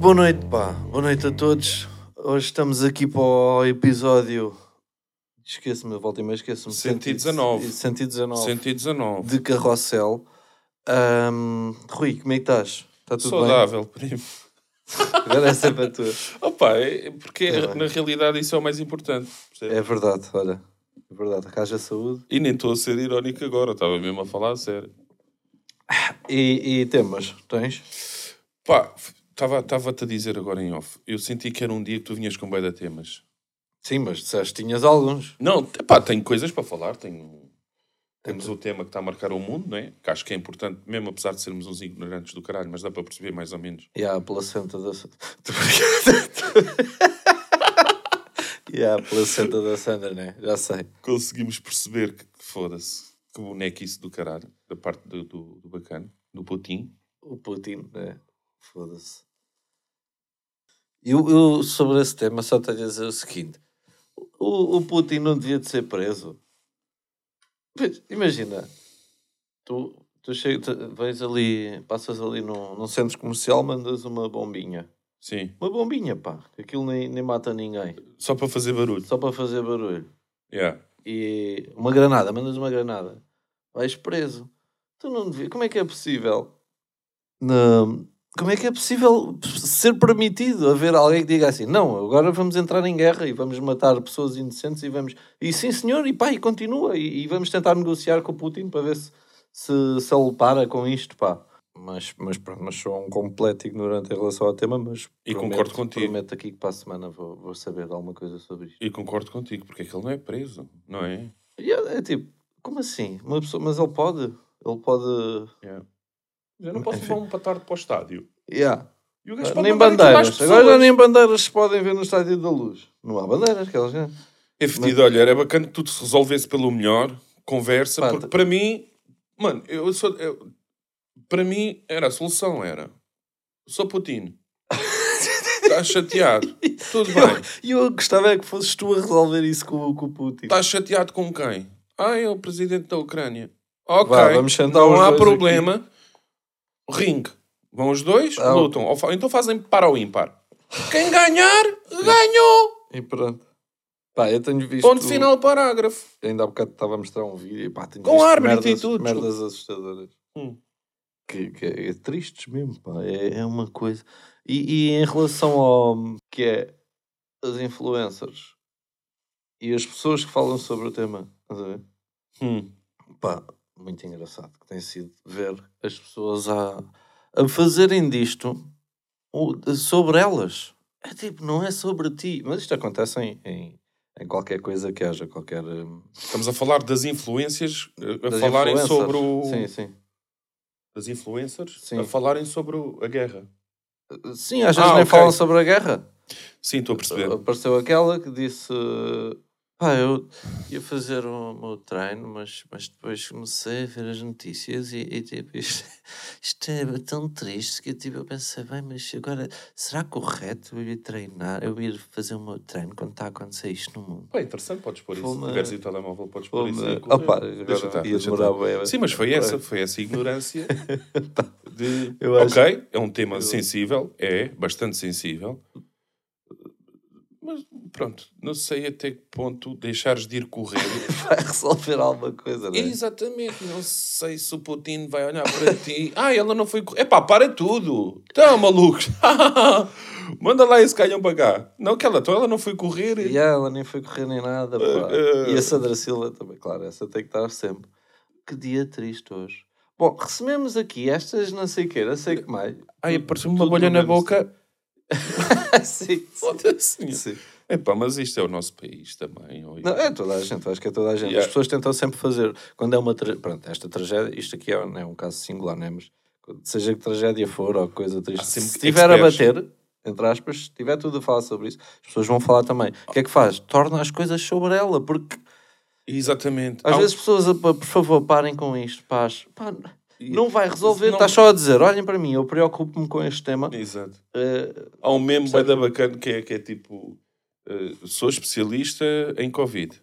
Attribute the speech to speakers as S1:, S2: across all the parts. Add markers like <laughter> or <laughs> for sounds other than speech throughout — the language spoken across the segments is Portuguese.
S1: Boa noite, pá. Boa noite a todos. Hoje estamos aqui para o episódio. Esqueço-me, volta e meia, esqueço-me.
S2: 119.
S1: 119.
S2: 119.
S1: De carrossel. Ahm, Rui, como é que estás? Está tudo
S2: Saudável, primo.
S1: bem? Agora é sempre a tua.
S2: Opa, é- porque
S1: Tá bem.
S2: na realidade isso é o mais importante. percebe?
S1: É verdade, olha. É verdade. Haja saúde.
S2: E nem estou a ser irónico agora, estava mesmo a falar a sério.
S1: E, e temas, tens?
S2: Pá, estava-te a dizer agora em off. Eu senti que era um dia que tu vinhas com bué de temas.
S1: Sim, mas disseste que tinhas alguns.
S2: Não, t- pá, tenho coisas para falar. Tenho... Temos o tema que está a marcar o mundo, não é? Que acho que é importante, mesmo apesar de sermos uns ignorantes do caralho, mas dá para perceber mais ou menos.
S1: E há a placenta da. <laughs> Tô brincando. <laughs> E há a placenta da Sandra, né? Já sei.
S2: Conseguimos perceber que, que foda-se, que boneco isso do caralho, da parte do, do, do bacana, do Putin.
S1: O Putin, né? Foda-se. Eu, eu, sobre esse tema, só tenho a dizer o seguinte: o, o Putin não devia de ser preso. Pois, imagina, tu, tu, che- tu vais ali, passas ali num, num centro comercial, mandas uma bombinha.
S2: Sim.
S1: Uma bombinha, pá, que aquilo nem, nem mata ninguém,
S2: Só para fazer barulho.
S1: só para fazer barulho.
S2: Yeah.
S1: e uma granada, mandas uma granada, vais preso. Tu não devias. Como é que é possível? Na- Como é que é possível ser permitido haver alguém que diga assim: não, agora vamos entrar em guerra e vamos matar pessoas inocentes e vamos. E sim, senhor, e pá, e continua. E, e vamos tentar negociar com o Putin para ver se, se, se ele para com isto, pá. Mas, mas pronto, mas sou um completo ignorante em relação ao tema, mas
S2: E concordo contigo.
S1: prometo aqui que para a semana vou, vou saber alguma coisa sobre isto.
S2: E concordo contigo, porque é que ele não é preso, não é?
S1: E é, é tipo, como assim? Uma pessoa, mas ele pode? Ele pode.
S2: Yeah. Eu não posso levar um patardo para o estádio.
S1: Yeah.
S2: E o gajo pode
S1: Ah, nem
S2: mandar aqui mais
S1: bandeiras. Agora já
S2: pessoas.
S1: nem bandeiras se podem ver no Estádio da Luz. Não há bandeiras, aquelas. né?
S2: É fedido, olha, era bacana que tudo se resolvesse pelo melhor, conversa,
S1: Pá,
S2: porque
S1: tá-
S2: para mim, mano, eu sou. eu- para mim era a solução, era. Sou
S1: <laughs>
S2: Putin. Estás chateado. Tudo bem.
S1: E eu gostava é que fosses tu a resolver isso com, o- com o Putin.
S2: Estás chateado com quem? Ah, é o presidente da Ucrânia. Ok,
S1: Vá, vamos sentar os
S2: não há
S1: dois
S2: problema. Ringue. Vão os dois,
S1: Ah, ok.
S2: lutam. Ou fa- Então fazem para ou ímpar. Quem ganhar, ganhou.
S1: E pronto. Pá, eu tenho visto.
S2: Ponto final, parágrafo.
S1: Ainda há bocado estava a mostrar um vídeo. e Pá, tenho
S2: Com
S1: visto
S2: árbitro e
S1: merdas,
S2: tudo.
S1: merdas assustadoras.
S2: Hum.
S1: Que, que é, é tristes mesmo, pá. É, é uma coisa. E, e em relação ao que é as influencers e as pessoas que falam sobre o tema, estás a ver?
S2: Hum.
S1: pá, muito engraçado que tem sido ver as pessoas a, a fazerem disto o- sobre elas. É tipo, não é sobre ti. Mas isto acontece em, em, em qualquer coisa que haja, qualquer. hum,
S2: Estamos a falar das influências, eh, a
S1: das
S2: falarem
S1: influencers.
S2: sobre o...
S1: Sim, sim.
S2: Das influencers,
S1: Sim.
S2: a falarem sobre o- a guerra.
S1: Sim, às vezes
S2: Ah,
S1: nem
S2: ok.
S1: falam sobre a guerra.
S2: Sim, estou a perceber.
S1: Apareceu aquela que disse: Pá, eu ia fazer o meu treino, mas, mas depois comecei a ver as notícias e, e tipo, <laughs> isto, isto é tão triste que tipo, eu pensei: bem, mas agora será correto eu ir treinar, eu ir fazer o meu treino quando está a acontecer isto no mundo?
S2: Pá, interessante, podes pôr isso. Se
S1: Fuma-
S2: tiveres aí o telemóvel, podes pôr
S1: Fuma-
S2: isso. aí, inclusive.
S1: Opa,
S2: Deixa
S1: agora
S2: estar,
S1: ia
S2: deixa
S1: demorar
S2: estar.
S1: bué.
S2: Sim, mas foi
S1: Claro.
S2: essa, foi essa
S1: <laughs>
S2: ignorância de
S1: Eu acho-
S2: ok, é um tema sensível, é bastante sensível, mas pronto, não sei até que ponto deixares de ir
S1: <laughs>
S2: correr.
S1: <laughs> Vai resolver alguma coisa, não é?
S2: Exatamente, não sei se o Putin vai olhar para ti. <laughs> Ah, ela não foi correr. Epá, para tudo! Tá maluco! <laughs> Manda lá esse calhão para cá. Não, que ela, então ela não foi correr.
S1: E é ela nem foi correr nem nada, pá.
S2: Eh, eh.
S1: E a Sandra Silva também, claro, essa tem que estar sempre. Que dia triste hoje. Bom, recebemos aqui estas não sei que, não sei que mais.
S2: Ai, apareceu-me uma
S1: Tudo
S2: bolha
S1: no
S2: na
S1: mesmo
S2: boca.
S1: sim, sim, <laughs>
S2: Foda-se.
S1: sim.
S2: Epá, mas isto é o nosso país também. ou-
S1: Não, é toda a gente, acho que é toda a gente.
S2: Yeah.
S1: As pessoas tentam sempre fazer. Quando é uma tra- Pronto, esta tragédia, isto aqui é, é um caso singular, não é? Mas quando- seja que tragédia for ou coisa triste,
S2: Há sempre
S1: se estiver a
S2: experts.
S1: bater, entre aspas, se tiver tudo a falar sobre isso, as pessoas vão falar também. O que é que faz? Torna as coisas sobre ela, porque
S2: Exatamente.
S1: Às
S2: Há um-
S1: vezes pessoas, a- pá, por favor, parem com isto, paz. Pá, não vai resolver,
S2: não-
S1: estás só a dizer, olhem para mim, eu preocupo-me com este tema.
S2: Exato.
S1: Eh,
S2: Há um meme bué da bacana que é, que é tipo: eh, sou especialista em Covid.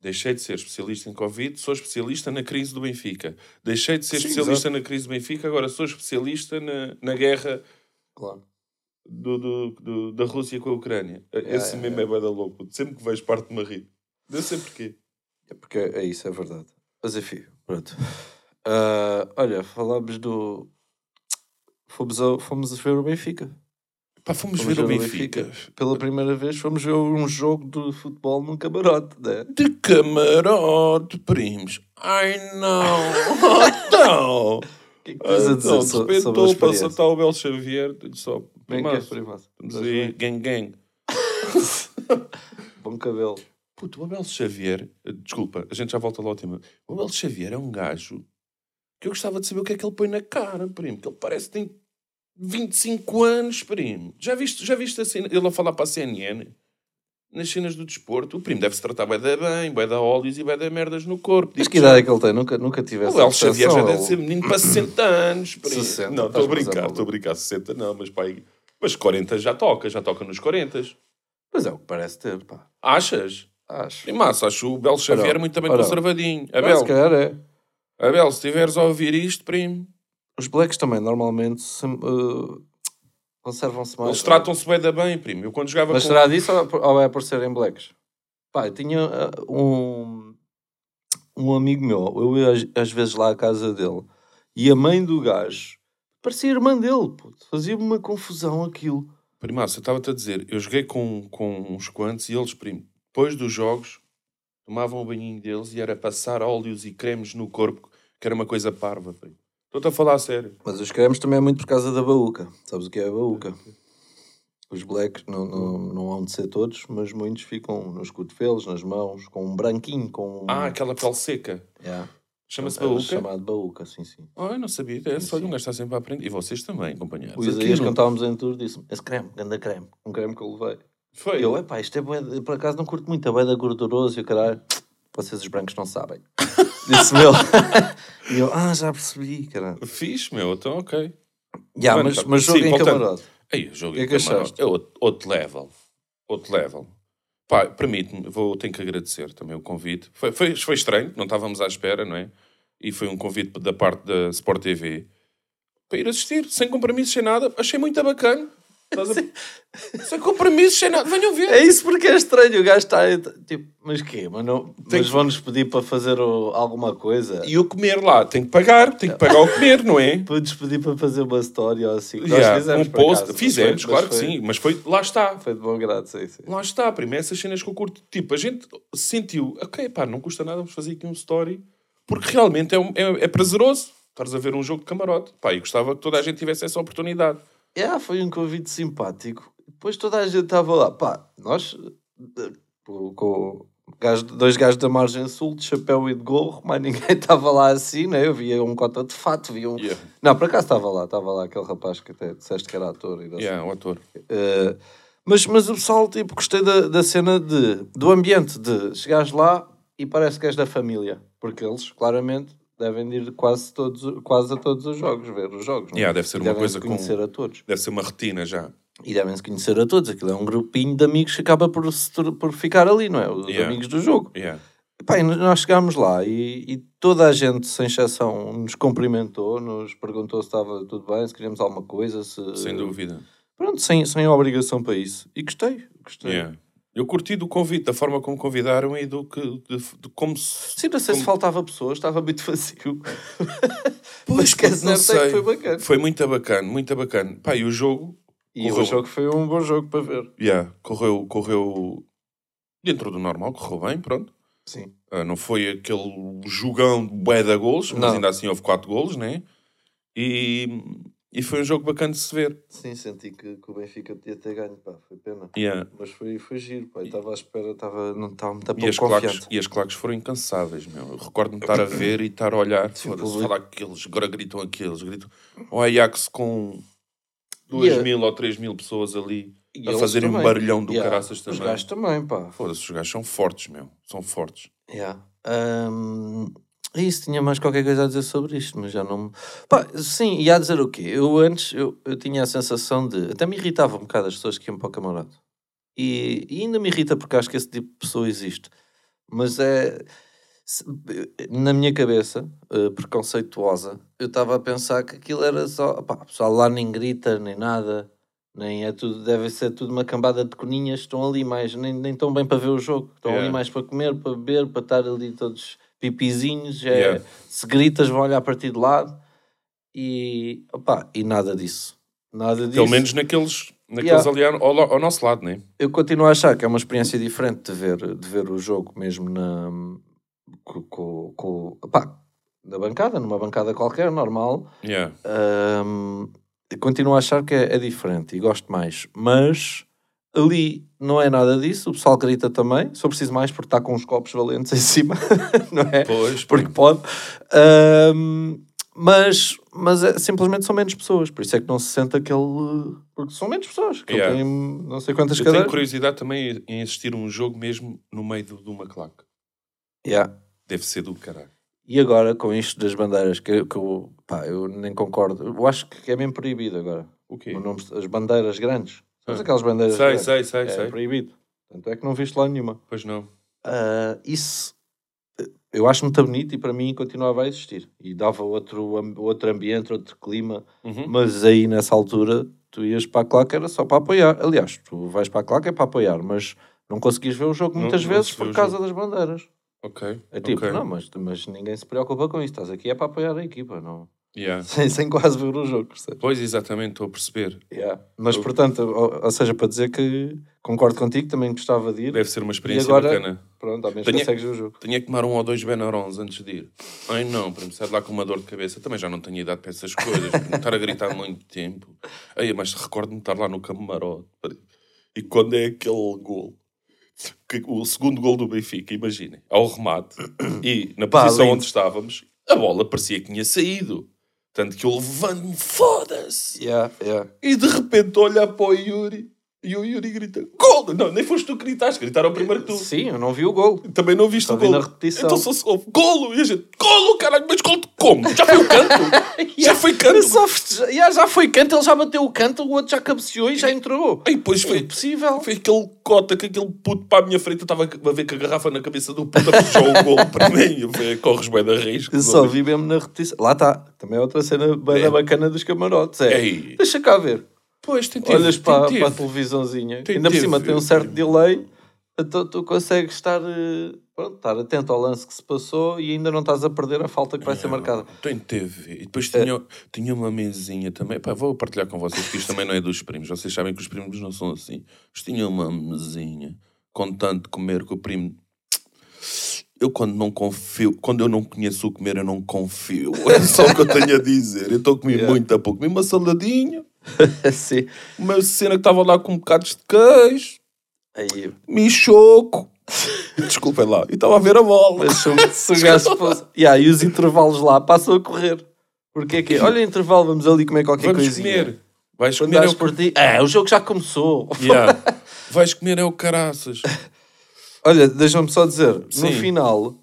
S2: Deixei de ser especialista em Covid, sou especialista na crise do Benfica. Deixei de ser
S1: Sim,
S2: especialista na crise do Benfica, agora sou especialista na, na guerra.
S1: claro.
S2: do, do- do- da Rússia com a Ucrânia.
S1: yeah,
S2: Esse meme é bué da louco. puto. Sempre que vejo parte de me rir. Não sei porquê.
S1: É porque é isso, é verdade. Mas enfim, pronto. Ah, olha, falámos do. Fomos, ao, fomos ver o Benfica.
S2: Pá, fomos,
S1: Fomos
S2: ver o Benfica.
S1: Pela primeira vez fomos ver um jogo de futebol num camarote, né?
S2: De camarote, primos. Ai não! então!
S1: O que é que tens a dizer
S2: então de
S1: so-
S2: repente
S1: sobre a
S2: estou a passar
S1: experiência?
S2: tal o Bel Xavier. Digo só,
S1: Bem que é,
S2: primaço,
S1: primaço.
S2: Vamos aí, gang gang.
S1: Bom cabelo.
S2: Puto, o Abel Xavier, eh, desculpa, a gente já volta lá ao tema. O Abel Xavier é um gajo que eu gostava de saber o que é que ele põe na cara, primo. Que ele parece que tem 25 anos, primo. Já viste, já viste a cena- ele a falar para a CNN? Nas cenas do desporto, o primo deve se tratar bem da bem, bem da óleos e bem da merdas no corpo.
S1: Mas
S2: Digo
S1: que idade é que ele tem? Nunca, nunca tive
S2: já.
S1: essa
S2: é o Abel Xavier já
S1: percepção,
S2: deve
S1: ele-
S2: ser menino para 60 anos, primo.
S1: 60,
S2: não, estou
S1: estás
S2: a brincar,
S1: maluco.
S2: estou a brincar, 60 não, mas pai, mas 40 já toca, já toca nos 40.
S1: Mas é o que parece ter, pá.
S2: Achas?
S1: Acho.
S2: E massa, acho o Bel Xavier muito também
S1: ora.
S2: conservadinho.
S1: Mas, se
S2: Abel,
S1: calhar é.
S2: Abel, se tiveres a ouvir isto, primo,
S1: Os blacks também normalmente se- eh, conservam-se mais.
S2: eles tratam-se bem da bem, primo. Eu quando jogava
S1: Mas
S2: com...
S1: será disso ou ou é por serem blacks? Pá, eu tinha ah, um, um amigo meu, eu ia às, às vezes lá à casa dele, e a mãe do gajo parecia irmã dele, puto. fazia-me uma confusão aquilo.
S2: Primaço, eu estava-te a dizer, eu joguei com, com uns quantos e eles, primo, depois dos jogos, tomavam o banhinho deles e era passar óleos e cremes no corpo, que era uma coisa parva, primo. Estou-te a falar a sério.
S1: Mas os cremes também é muito por causa da baúca. Sabes o que é a baúca? Os blacks não, não, não hão de ser todos, mas muitos ficam nos cotovelos, nas mãos, com um branquinho, com um...
S2: Ah, aquela pele seca.
S1: Yeah.
S2: Chama-se
S1: É
S2: baúca?
S1: chamado baúca, sim, sim. é,
S2: Ah, eu não sabia. É só um gajo está sempre a aprender. E vocês também, companheiros.
S1: O
S2: Aqui
S1: Isaías,
S2: não-
S1: quando estávamos em tour, disse-me: Esse creme, ganda creme, um creme que eu levei.
S2: Foi.
S1: Eu, epá, isto é bué de- por acaso não curto muito, é bué da gorduroso e o caralho. Vocês os brancos não
S2: <laughs>
S1: sabem. Disse-me ele. <laughs> e eu, ah, já percebi, caralho.
S2: Fiz, meu. Então, ok.
S1: Ya,
S2: Mano,
S1: mas,
S2: tá-
S1: mas
S2: sim,
S1: jogo em
S2: voltando.
S1: camarote.
S2: Aí, o jogo
S1: O que é
S2: em
S1: que
S2: Camarões
S1: achaste?
S2: é outro, outro level. Outro level. Pá, permite-me, vou, tenho que agradecer também o convite. Foi, foi, foi estranho, não estávamos à espera, não é? E foi um convite da parte da Sport TV para ir assistir, sem compromissos, sem nada. Achei muito bacana. Estás
S1: <laughs>
S2: a- sem compromissos, sem nada. Venham ver.
S1: É isso porque é estranho, o gajo está aí, tá- tipo, mas quê? Mas, não-
S2: Tem
S1: mas
S2: que-
S1: vão-nos pedir para fazer o- alguma coisa?
S2: E o comer lá, tem que pagar, tem que pagar o comer, não é?
S1: Para nos pedir para fazer uma história ou assim? que nós
S2: Yeah,
S1: fizemos
S2: um
S1: por
S2: post,
S1: acaso, mas
S2: fizemos,
S1: foi-
S2: claro
S1: mas
S2: que
S1: foi-
S2: sim, mas foi, lá está,
S1: Foi de bom grado, sim, sim.
S2: Lá está, primo, é essas cenas que eu curto. Tipo, a gente sentiu, ok, pá, não custa nada vamos fazer aqui um story, porque realmente é, um- é, é prazeroso estares a ver um jogo de camarote. Pá, e gostava que toda a gente tivesse essa oportunidade.
S1: Yeah, foi um convite simpático. Depois toda a gente estava lá. Pá, nós, eh, com, com gajo- dois gajos da margem sul, de chapéu e de gorro, mas ninguém <laughs> estava lá assim, né? Eu via um cota de fato, via um...
S2: Yeah.
S1: Não, por acaso estava lá, estava lá aquele rapaz que até disseste que era ator. E não sei
S2: Yeah, o ator.
S1: Uh, mas, mas o pessoal, tipo, gostei da, da cena de, do ambiente, de chegares lá e parece que és da família, porque eles, claramente, devem ir quase, todos, quase a todos os jogos, ver os jogos. não é?
S2: Yeah, deve ser
S1: E
S2: uma
S1: devem
S2: coisa com-
S1: conhecer a todos.
S2: Deve ser uma retina já.
S1: E devem-se conhecer a todos. Aquilo é um grupinho de amigos que acaba por, se tor- por ficar ali, não é? Os
S2: Yeah.
S1: amigos do jogo.
S2: Yeah.
S1: Pá, e nós chegámos lá e, e toda a gente, sem exceção, nos cumprimentou, nos perguntou se estava tudo bem, se queríamos alguma coisa, se...
S2: Sem dúvida.
S1: Pronto, sem, sem obrigação para isso. E gostei, gostei.
S2: Yeah. Eu curti do convite, da forma como convidaram e do que. De, de como se.
S1: Sim, não sei se
S2: Como-
S1: faltava pessoas, estava muito vazio.
S2: <laughs> Pois,
S1: que é certo
S2: não
S1: é que
S2: sei.
S1: foi bacana.
S2: Foi muito bacana, muito bacana. Pá, e o jogo
S1: E
S2: Correu.
S1: o jogo foi um bom jogo para ver.
S2: Yeah, correu, correu dentro do normal, correu bem, pronto.
S1: Sim.
S2: Ah, não foi aquele jogão de bué de golos, mas
S1: Não.
S2: ainda assim houve 4 golos, né? E, e foi um jogo bacana de se ver.
S1: Sim, senti que, que o Benfica podia ter ganho, pá, foi pena.
S2: Yeah.
S1: Mas foi, foi giro, pá, eu estava à espera, estava, não estava muito
S2: E,
S1: pouco
S2: as claques,
S1: confiante.
S2: e as claques foram incansáveis, meu. Eu recordo-me de
S1: <coughs>
S2: estar a ver e estar a olhar.
S1: Tipo,
S2: Foda-se,
S1: ali-
S2: falar aqueles, agora gritam aqueles, gritam. O Ajax com 2
S1: Yeah.
S2: mil ou 3 mil pessoas ali
S1: E
S2: a
S1: eles
S2: fazerem um
S1: também.
S2: barulhão do
S1: Yeah.
S2: caraças também.
S1: Os gajos também, pá.
S2: Foda-se, os gajos são fortes, meu. São fortes.
S1: Yeah. Ahm, é isso, tinha mais qualquer coisa a dizer sobre isto, mas já não me. Pá, sim, e a dizer o quê? Eu antes eu, eu tinha a sensação de. Até me irritava um bocado as pessoas que iam para o camarote. E, e ainda me irrita porque acho que esse tipo de pessoa existe. Mas é. se- Na minha cabeça, eh, preconceituosa, eu estava a pensar que aquilo era só. Pá, o pessoal lá nem grita nem nada. Nem é tudo, deve ser tudo uma cambada de coninhas que estão ali mais, nem, nem tão bem para ver o jogo. Estão
S2: Yeah.
S1: ali mais para comer, para beber, para estar ali todos pipizinhos. É,
S2: Yeah.
S1: Se gritas, vão olhar para ti de lado. E, opá, e nada disso. Nada disso.
S2: Pelo menos naqueles, naqueles
S1: Yeah.
S2: ali ao, ao- ao nosso lado, né?
S1: eu continuo a achar que é uma experiência diferente de ver, de ver o jogo mesmo na co- co- co- pá, na bancada, numa bancada qualquer, normal.
S2: Yeah.
S1: Ahm, eu continuo a achar que é, é diferente e gosto mais. Mas ali não é nada disso, o pessoal grita também, só preciso mais porque está com os copos valentes em cima, <laughs> não é?
S2: Pois,
S1: Porque pode. Ahm, mas mas é- simplesmente são menos pessoas, por isso é que não se sente aquele. Porque são menos pessoas, que
S2: Yeah.
S1: eu tenho não sei quantas
S2: eu tenho
S1: cadeiras.
S2: curiosidade também em assistir um jogo mesmo no meio de de uma claque.
S1: Yeah.
S2: Deve ser do caralho.
S1: E agora com isto das bandeiras, que, que eu, pá, eu nem concordo. Eu acho que é mesmo proibido agora.
S2: O quê?
S1: O nome- as bandeiras grandes. Sabes
S2: Ah.
S1: aquelas bandeiras
S2: Sei,
S1: grandes?
S2: sei, sei,
S1: é
S2: sei.
S1: proibido. Tanto é que não viste lá nenhuma.
S2: Pois não.
S1: Ah, isso eh, eu acho muito bonito e para mim continuava a existir. E dava outro, am- outro ambiente, outro clima.
S2: Uhum.
S1: Mas aí nessa altura tu ias para a claque era só para apoiar. Aliás, tu vais para a claque é para apoiar, mas não conseguias ver o jogo
S2: Não-
S1: muitas
S2: não
S1: vezes
S2: se vê
S1: por
S2: o
S1: causa das bandeiras.
S2: Ok.
S1: É tipo,
S2: ok.
S1: não, mas, mas ninguém se preocupa com isso. Estás aqui é para apoiar a equipa, não? <laughs>
S2: Yeah.
S1: Sem, sem quase ver o jogo, percebes?
S2: Pois, exatamente, estou a perceber.
S1: Yeah. Mas, portanto, ou, ou seja, para dizer que concordo contigo, também gostava de ir.
S2: Deve ser uma experiência
S1: agora-
S2: bacana.
S1: Pronto, ao menos
S2: Tenho-
S1: consegues ver o jogo.
S2: Tinha que tomar um ou dois Benarons antes de ir. Ai não, para me sair de lá com uma dor de cabeça. Também já não tenho idade para essas coisas. para não estar a gritar há muito tempo. Ai, mas recordo-me de estar lá no camarote. pá. E quando é aquele gol? que- o segundo gol do Benfica, imaginem. Ao remate. E na
S1: Pá,
S2: posição
S1: lindo.
S2: onde estávamos, a bola parecia que tinha saído. Tanto que eu levanto-me, foda-se.
S1: Yeah, yeah.
S2: E de repente olha para o Yuri e o Yuri grita: Gol! Não, nem foste tu que gritaste, gritaram primeiro que tu.
S1: Sim, eu não vi o gol.
S2: Também não viste
S1: Só
S2: o
S1: vi
S2: gol.
S1: na repetição.
S2: Então só se ouve golo! E a gente: Golo, caralho, mas golo de como? Já foi
S1: <laughs>
S2: o canto? já foi canto?
S1: Só festeja- yeah, já foi canto, ele já bateu o canto, o outro já cabeceou e já entrou.
S2: Aí depois foi,
S1: Impossível.
S2: foi aquele cota que aquele puto para a minha frente. Eu estava a ver que a garrafa na cabeça do puto puxou o golo para mim. Eu falei, Corres bem da risco.
S1: Eu só vi mesmo na repetição. Lá está. Também é outra cena bem
S2: É.
S1: bacana dos camarotes. É.
S2: Ei.
S1: Deixa cá ver.
S2: Pois, tem tido,
S1: Olhas
S2: tem
S1: para,
S2: tido.
S1: para a televisãozinha,
S2: Tem
S1: ainda por
S2: tido.
S1: cima tem um certo delay, então tu consegues estar, eh, pronto, estar atento ao lance que se passou e ainda não estás a perder a falta que vai
S2: É.
S1: ser marcada.
S2: Tem TV. Então, E depois
S1: É.
S2: tinha, tinha uma mesinha também. Pá, vou partilhar com vocês, que isto também não é dos primos. Vocês sabem que os primos não são assim. Mas tinha uma mesinha com tanto comer que o primo. Eu quando não confio, quando eu não conheço o comer, eu não confio. <laughs> É só o que eu tenho a dizer. Eu estou a comer
S1: Yeah.
S2: muito a pouco. Comi uma saladinha,
S1: <laughs> Sim.
S2: uma cena que estava lá com bocados de queijo,
S1: Aí,
S2: me choco. <laughs> Desculpem lá. E estava a ver a bola.
S1: mas se o-
S2: <laughs>
S1: se o gajo fosse... Yeah, e os intervalos lá passam a correr. Porque é que é? Olha, intervalo, vamos ali comer qualquer
S2: Vamos
S1: coisinha.
S2: comer. Vais
S1: Quando
S2: comer, é
S1: dás
S2: o
S1: por ti, é, o jogo já começou.
S2: <laughs> Yeah. Vais comer é o caraças.
S1: <laughs> Olha, deixa-me só dizer,
S2: Sim.
S1: no final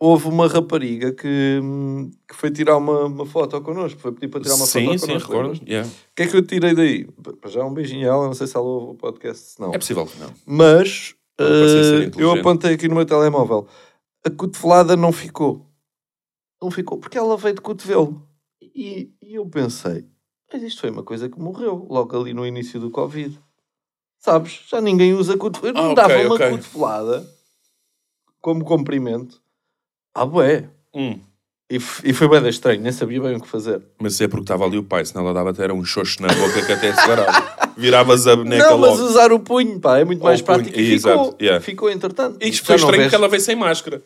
S1: houve uma rapariga que, hum, que foi tirar uma, uma foto connosco, foi pedir para tirar uma
S2: sim,
S1: foto
S2: sim,
S1: connosco.
S2: recordo. Yeah.
S1: O que é que eu tirei daí? Para já um beijinho a ela, não sei se ela ouve o podcast, se não.
S2: É possível que não.
S1: Mas
S2: Ela parecia ser
S1: eh, eu
S2: inteligente.
S1: apontei aqui no meu telemóvel. A cotovelada não ficou. Não ficou, porque ela veio de cotovelo. E, e eu pensei, mas isto foi uma coisa que morreu logo ali no início do Covid. Sabes? Já ninguém usa cotovelo. Eu
S2: Ah,
S1: não
S2: ok,
S1: dava uma
S2: ok.
S1: cotovelada como cumprimento. Ah, bué.
S2: Hum.
S1: E, f- e foi bem estranho, nem sabia bem o que fazer.
S2: Mas é porque estava ali o pai, senão ela dava até era um xoxo na boca que até
S1: <laughs>
S2: se varava. Viravas a boneca
S1: não, mas
S2: logo.
S1: usar o punho, pá, é muito
S2: Ou
S1: mais
S2: o punho,
S1: prático. E ficou,
S2: exato, yeah.
S1: ficou entretanto.
S2: E isto foi
S1: Já não
S2: estranho
S1: vês.
S2: porque ela veio sem máscara.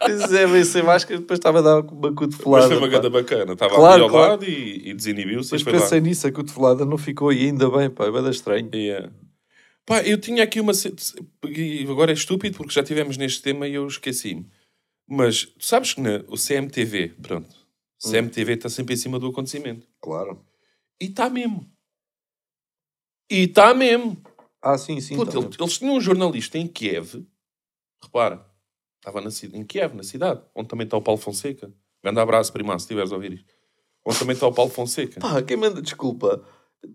S1: Pois é, veio sem máscara e depois estava a dar uma
S2: Mas
S1: cotovelada.
S2: foi uma
S1: pá.
S2: ganda bacana. Estava ali
S1: Claro,
S2: ao
S1: claro.
S2: lado e, e desinibiu-se e
S1: Mas
S2: foi lá.
S1: pensei nisso, a cotovelada não ficou e ainda bem, pá, é bem estranho.
S2: Yeah. Pá, eu tinha aqui uma. ce- E agora é estúpido porque já tivemos neste tema e eu esqueci-me. Mas tu sabes que na, o CMTV, pronto,
S1: Hum.
S2: CMTV está sempre em cima do acontecimento.
S1: Claro.
S2: E está mesmo. E está mesmo.
S1: Ah, sim, sim.
S2: Puta,
S1: também.
S2: ele- eles tinham um jornalista em Kiev, repara, estava na, ci- em Kiev, na cidade, onde também está o Paulo Fonseca. Grande abraço, prima, se estiveres a ouvir isto. Onde também está o Paulo Fonseca.
S1: Pá, quem manda desculpa?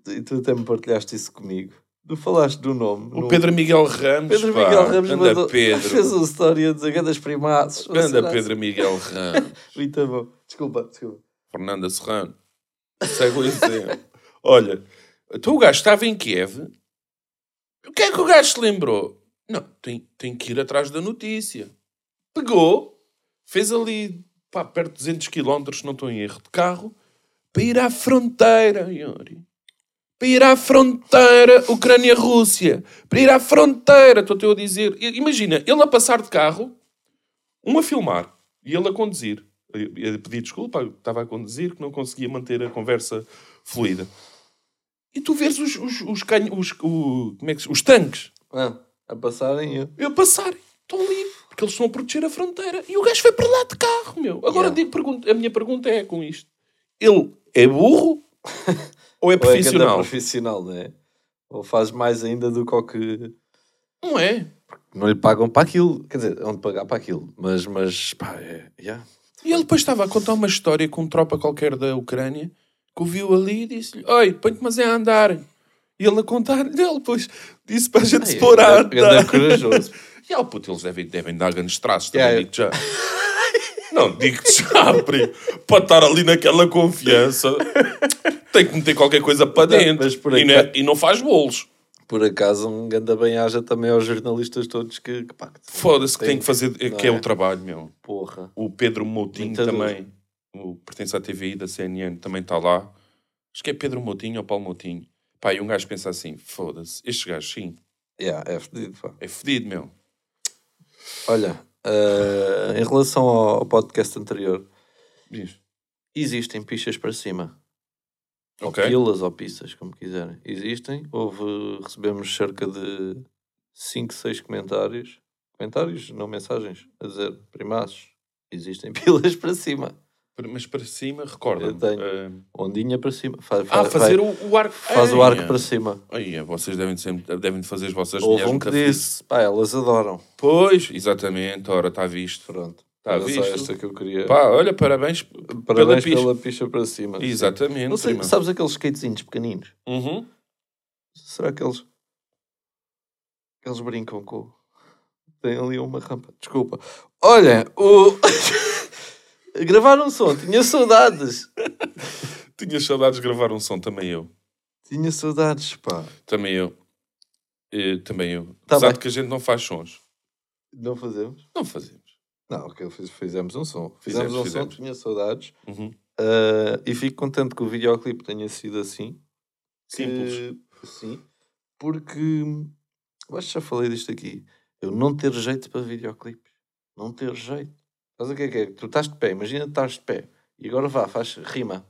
S1: E tu até me partilhaste isso comigo. Tu falaste do nome.
S2: O
S1: no-
S2: Pedro Miguel Ramos.
S1: Pedro
S2: pá,
S1: Miguel Ramos
S2: Anda
S1: mandou- <laughs> um fez
S2: Pedro.
S1: uma história a dizer grandes primaços.
S2: Anda
S1: Será?
S2: Pedro Miguel Ramos.
S1: Muito bom. Desculpa, desculpa.
S2: Fernanda Serrano. Segue o exemplo. <laughs> Olha, então o gajo estava em Kiev. O que é que o gajo se lembrou? Não, tem, tem que ir atrás da notícia. Pegou, fez ali pá, perto de 200 km, se não estou em erro, de carro, para ir à fronteira, Yuri. Para ir à fronteira Ucrânia-Rússia. Para ir à fronteira, estou-te eu a dizer. I- Imagina, ele a passar de carro, um a filmar e ele a conduzir. A a pedir desculpa, estava a conduzir, que não conseguia manter a conversa fluida. E tu vês os, os, os, canho- os, o- como é que se- os tanques
S1: Ah, a passarem eu.
S2: eu passar. Estão ali. Porque eles estão a proteger a fronteira. E o gajo foi para lá de carro, meu. Agora
S1: Yeah.
S2: digo, pergunta- a minha pergunta é com isto. Ele é
S1: <laughs>
S2: burro ou
S1: Ou
S2: é
S1: é que anda
S2: profissional?
S1: profissional, não é? Ou faz mais ainda do que o que
S2: não é.
S1: não lhe pagam para aquilo. Quer dizer, onde pagar para aquilo. Mas, mas pá, é. yeah.
S2: E ele depois estava a contar uma história com um tropa qualquer da Ucrânia que o viu ali e disse-lhe, oi, põe-te mas é a andar. E ele a contar-lhe, ele depois disse para a gente se pôr a
S1: Ai, é grande
S2: andar.
S1: <laughs> corajoso.
S2: E ah, puto, eles devem, devem dar grandes traços,
S1: Yeah.
S2: também digo já. <laughs> Não, digo-te já, primo. Para estar ali naquela confiança, tem que meter qualquer coisa para
S1: Não,
S2: dentro.
S1: mas por
S2: e,
S1: aí-
S2: não é- e não faz bolos.
S1: Por acaso, um grande bem-aja também aos jornalistas todos que, que pá, que
S2: Foda-se que
S1: Tem-
S2: tem que fazer, é,
S1: não
S2: que é
S1: é?
S2: o trabalho, meu.
S1: porra.
S2: O Pedro Moutinho
S1: Muita
S2: também, o pertence à TVI da CNN, também está lá. Acho que é Pedro Moutinho ou Paulo Moutinho. Pá, e um gajo pensa assim, foda-se, estes gajos, sim,
S1: Yeah, é fedido, pá.
S2: é fedido, meu.
S1: Olha, eh, em relação ao ao podcast anterior,
S2: Diz.
S1: existem pichas para cima.
S2: Ok.
S1: Pilas ou pizzas, como quiserem. Existem. Houve, recebemos cerca de 5, 6 comentários. Comentários, não mensagens. A dizer, primaços, existem <laughs> pilas para cima.
S2: Mas para cima, recorda
S1: Eu tenho. Ondinha para cima. Faz,
S2: Ah,
S1: faz-
S2: fazer
S1: vai-
S2: o, o arco.
S1: faz o arco
S2: Ai,
S1: para cima.
S2: Ai, vocês devem, sempre, devem fazer as vossas
S1: Houve
S2: mulheres
S1: um
S2: muito
S1: que
S2: felizes.
S1: disse, pá, elas adoram.
S2: Pois, exatamente, ora, está visto.
S1: Pronto.
S2: Está
S1: Era só
S2: visto.
S1: esta que eu queria.
S2: Pá, olha, parabéns, p- pela
S1: Parabéns
S2: pista.
S1: pela picha para cima.
S2: Exatamente.
S1: Não sei,
S2: prima.
S1: sabes aqueles skatezinhos pequeninos?
S2: Uhum.
S1: Será que eles. Eles brincam com. o- Tem ali uma rampa. Desculpa. Olha, o. <laughs> Gravaram som, tinha saudades.
S2: Tinha saudades de gravar um som, também eu.
S1: Tinha saudades, pá.
S2: Também eu. Eh, também eu.
S1: Tá
S2: Apesar
S1: bem.
S2: de que a gente não faz sons.
S1: Não fazemos?
S2: Não fazemos.
S1: Não, ok, fiz- fizemos um som. Fizemos,
S2: Fizemos,
S1: um
S2: fizemos.
S1: som, tinha saudades.
S2: Uhum.
S1: Ah, e fico contente que o videoclipe tenha sido assim. que-
S2: Simples.
S1: Sim. Porque. Eu acho que já falei disto aqui. Eu não ter jeito para videoclipes. Não ter jeito. Mas o que é que é? Tu estás de pé, imagina que estás de pé. E agora vá, faz rima.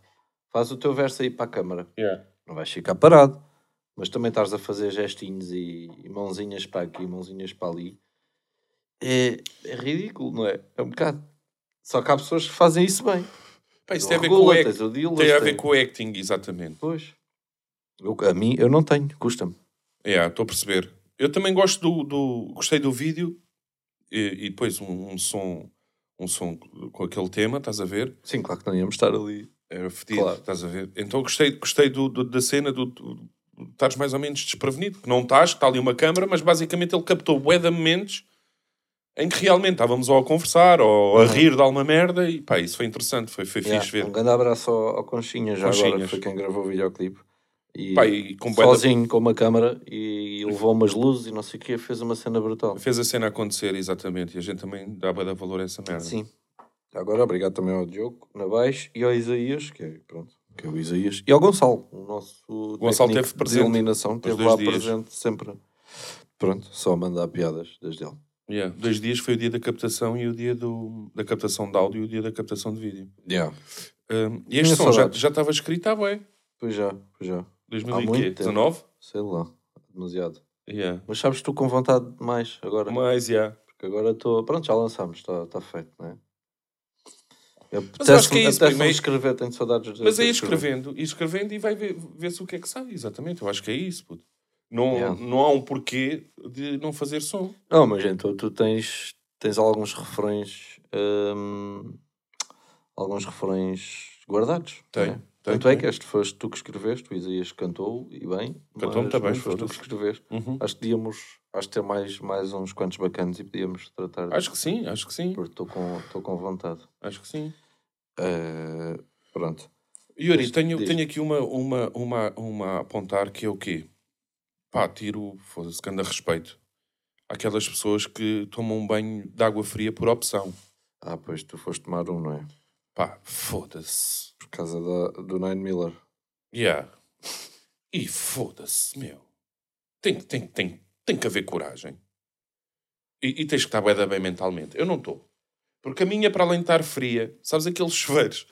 S1: Faz o teu verso aí para a câmara.
S2: Yeah.
S1: Não vais ficar parado. Mas também estás a fazer gestinhos e, e mãozinhas para aqui, mãozinhas para ali. É, é ridículo, não é? É um bocado. Só que há pessoas que fazem isso bem.
S2: Pá, isso
S1: Tu
S2: tem a ver com o
S1: regula,
S2: acting.
S1: tens o deal,
S2: Tem a ver
S1: tens-
S2: com o acting, exatamente.
S1: Pois. Eu- a mim, eu não tenho, custa-me.
S2: É, estou a perceber. Eu também gosto do, do- gostei do vídeo e, e depois um, um som um som com aquele tema, estás a ver?
S1: Sim, claro que não íamos estar ali.
S2: Era fedido,
S1: Claro.
S2: estás a ver? Então gostei, gostei do, do- da cena do, do- estás mais ou menos desprevenido, que não estás, que está ali uma câmara, mas basicamente ele captou bué de momentos em que realmente estávamos ou a conversar ou a
S1: Uhum.
S2: rir de alguma merda e pá, isso foi interessante, foi, foi
S1: Yeah,
S2: É fixe ver.
S1: Um grande abraço ao, ao Conchinha, já agora, que
S2: Conchinhas.
S1: foi quem gravou o videoclipe. E,
S2: Pá, e com bué de-
S1: sozinho, com uma câmara, e, levou umas luzes e não sei o quê, fez uma cena brutal.
S2: fez a cena acontecer, exatamente, e a gente também dá bué de valor a essa merda.
S1: Sim. Agora, obrigado também ao Diogo, na baixo, e ao Isaías, que é, pronto, que é o Isaías, e ao Gonçalo, o nosso
S2: Gonçalo
S1: técnico
S2: teve presente
S1: de iluminação, teve
S2: dois
S1: lá
S2: dias.
S1: presente sempre. Pronto, só a mandar piadas desde ele.
S2: Yeah. Dois dias foi o dia da captação e o dia do, da captação de áudio e o dia da captação de vídeo.
S1: Yeah.
S2: Um, e este
S1: Tinha
S2: som já,
S1: saudades.
S2: já estava escrito tá há bem.
S1: Pois já, pois já. Há muito tempo.
S2: 2019?
S1: Sei lá, demasiado.
S2: Yeah.
S1: Mas sabes, estou com vontade de mais agora.
S2: Mas, yeah.
S1: Porque agora estou. Pronto, já lançámos, está tá feito, não é? Eu
S2: Mas eu acho que é isso,
S1: apetece-me
S2: primeiro-
S1: escrever, tenho saudades de
S2: Mas é aí
S1: de escrever.
S2: escrevendo, e escrevendo e vai ver- ver-se o que é que sai. Exatamente, eu acho que é isso. puto. Não,
S1: Yeah.
S2: não há um porquê de não fazer som.
S1: Não, mas então tu tens, tens alguns refrões. hum, alguns refrões guardados. não é?
S2: Tenho, tenho,
S1: Tanto é
S2: tenho.
S1: que este foste tu que escreveste, o Isaías cantou e bem.
S2: Cantou muito
S1: mas-
S2: bem,
S1: mas foste tu que
S2: foda-se.
S1: escreveste.
S2: Uhum.
S1: Acho que podíamos. Acho que ter mais, mais uns quantos bacanos e podíamos tratar.
S2: Acho que sim, acho que sim,
S1: Porque estou com, estou com vontade.
S2: acho que sim.
S1: Eh, pronto.
S2: Yuri,
S1: Diz-
S2: tenho,
S1: diz.
S2: tenho aqui uma, uma, uma, uma a apontar que é o quê? Pá, tiro, foda-se, grande respeito àquelas pessoas que tomam um banho de água fria por opção.
S1: Ah, pois tu foste tomar um, não é?
S2: Pá, foda-se.
S1: Por causa da, do Nine Miller.
S2: Yeah. E foda-se, meu. Tem, tem, tem, tem que haver coragem. E, e tens que estar bué da bem mentalmente. Eu não estou. Porque a minha, para além de estar fria, sabes aqueles <laughs> chuveiros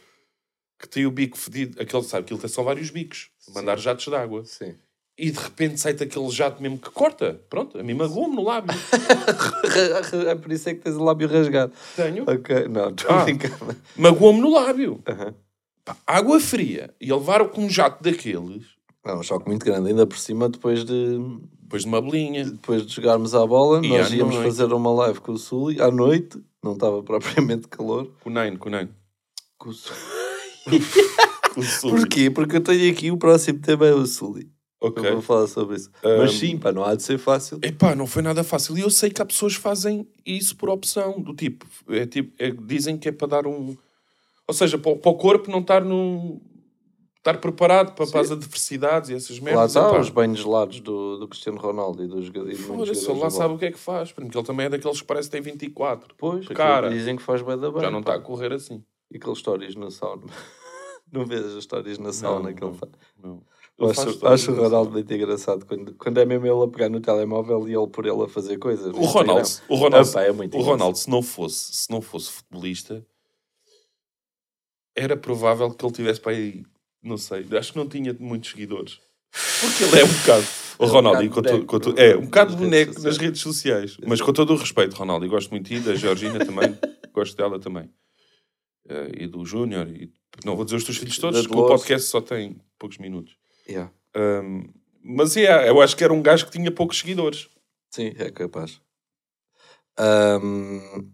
S2: que tem o bico fedido, aquele, sabe, aquilo tem são vários bicos. Mandar jatos de água.
S1: Sim.
S2: E de repente sai-te aquele jato mesmo que corta. Pronto, a mim magoou-me no lábio.
S1: <laughs> é por isso é que tens o lábio rasgado.
S2: Tenho.
S1: Ok, não, estou
S2: Ah.
S1: brincando.
S2: Magoou-me no lábio.
S1: Aham.
S2: Pá, água fria. E a levar com um jato daqueles,
S1: É um choque muito grande. Ainda por cima, depois de,
S2: depois de uma bolinha.
S1: depois de jogarmos à bola,
S2: E
S1: nós
S2: à
S1: íamos
S2: noite.
S1: fazer uma live com o Sully à noite. Não estava <laughs> propriamente calor.
S2: Com o Nine, com o Nine.
S1: Com o Sully.
S2: Com o Sully.
S1: Porquê? Porque eu tenho aqui o próximo tema é o Sully.
S2: Ok.
S1: Eu vou falar sobre isso. Mas sim, pá, não há de ser fácil.
S2: Epá, não foi nada fácil. E eu sei que há pessoas que fazem isso por opção, do tipo, é tipo é- dizem que é para dar um. Ou seja, para, o- para o corpo não estar num. estar preparado para, para as adversidades e essas
S1: Lá
S2: merdas.
S1: está,
S2: epá.
S1: os banhos gelados do, do Cristiano Ronaldo e dos joga- e de muitos
S2: Foda-se, ele
S1: jogadores
S2: lá
S1: de
S2: sabe
S1: bola.
S2: o que é que faz, porque ele também é daqueles que parece que tem 24.
S1: Pois, aquilo
S2: Cara,
S1: que dizem que faz bem da bem.
S2: Já não está
S1: pá.
S2: a correr assim.
S1: E aqueles stories na sauna. <laughs> não vês as stories na sauna que ele
S2: não.
S1: faz.
S2: Não.
S1: Eu
S2: Ele
S1: acho,
S2: faz
S1: acho o
S2: tudo.
S1: Ronaldo muito engraçado quando, quando é mesmo ele a pegar no telemóvel e ele por ele a fazer coisas. no
S2: O Ronaldo,
S1: Instagram.
S2: o Ronaldo, tá
S1: Ah, pá, é muito
S2: o
S1: engraçado.
S2: Ronaldo se, não fosse, se não fosse futebolista, era provável que ele tivesse para aí, não sei, acho que não tinha muitos seguidores. Porque ele é um bocado. O
S1: É um
S2: Ronaldo,
S1: bocado
S2: e com todo-
S1: boneco,
S2: com todo-
S1: não é?
S2: é um bocado
S1: Nas
S2: boneco
S1: redes
S2: nas redes sociais. Mas com todo o respeito, Ronaldo, e gosto muito de ti, da Georgina
S1: <laughs>
S2: também, gosto dela também. Eh, e do Júnior, e não vou dizer os teus filhos todos,
S1: Da
S2: porque o
S1: Dolores.
S2: podcast só tem poucos minutos.
S1: <laughs> Yeah.
S2: Ahm, mas é, eu acho que era um gajo que tinha poucos seguidores.
S1: Sim, é capaz. Ahm,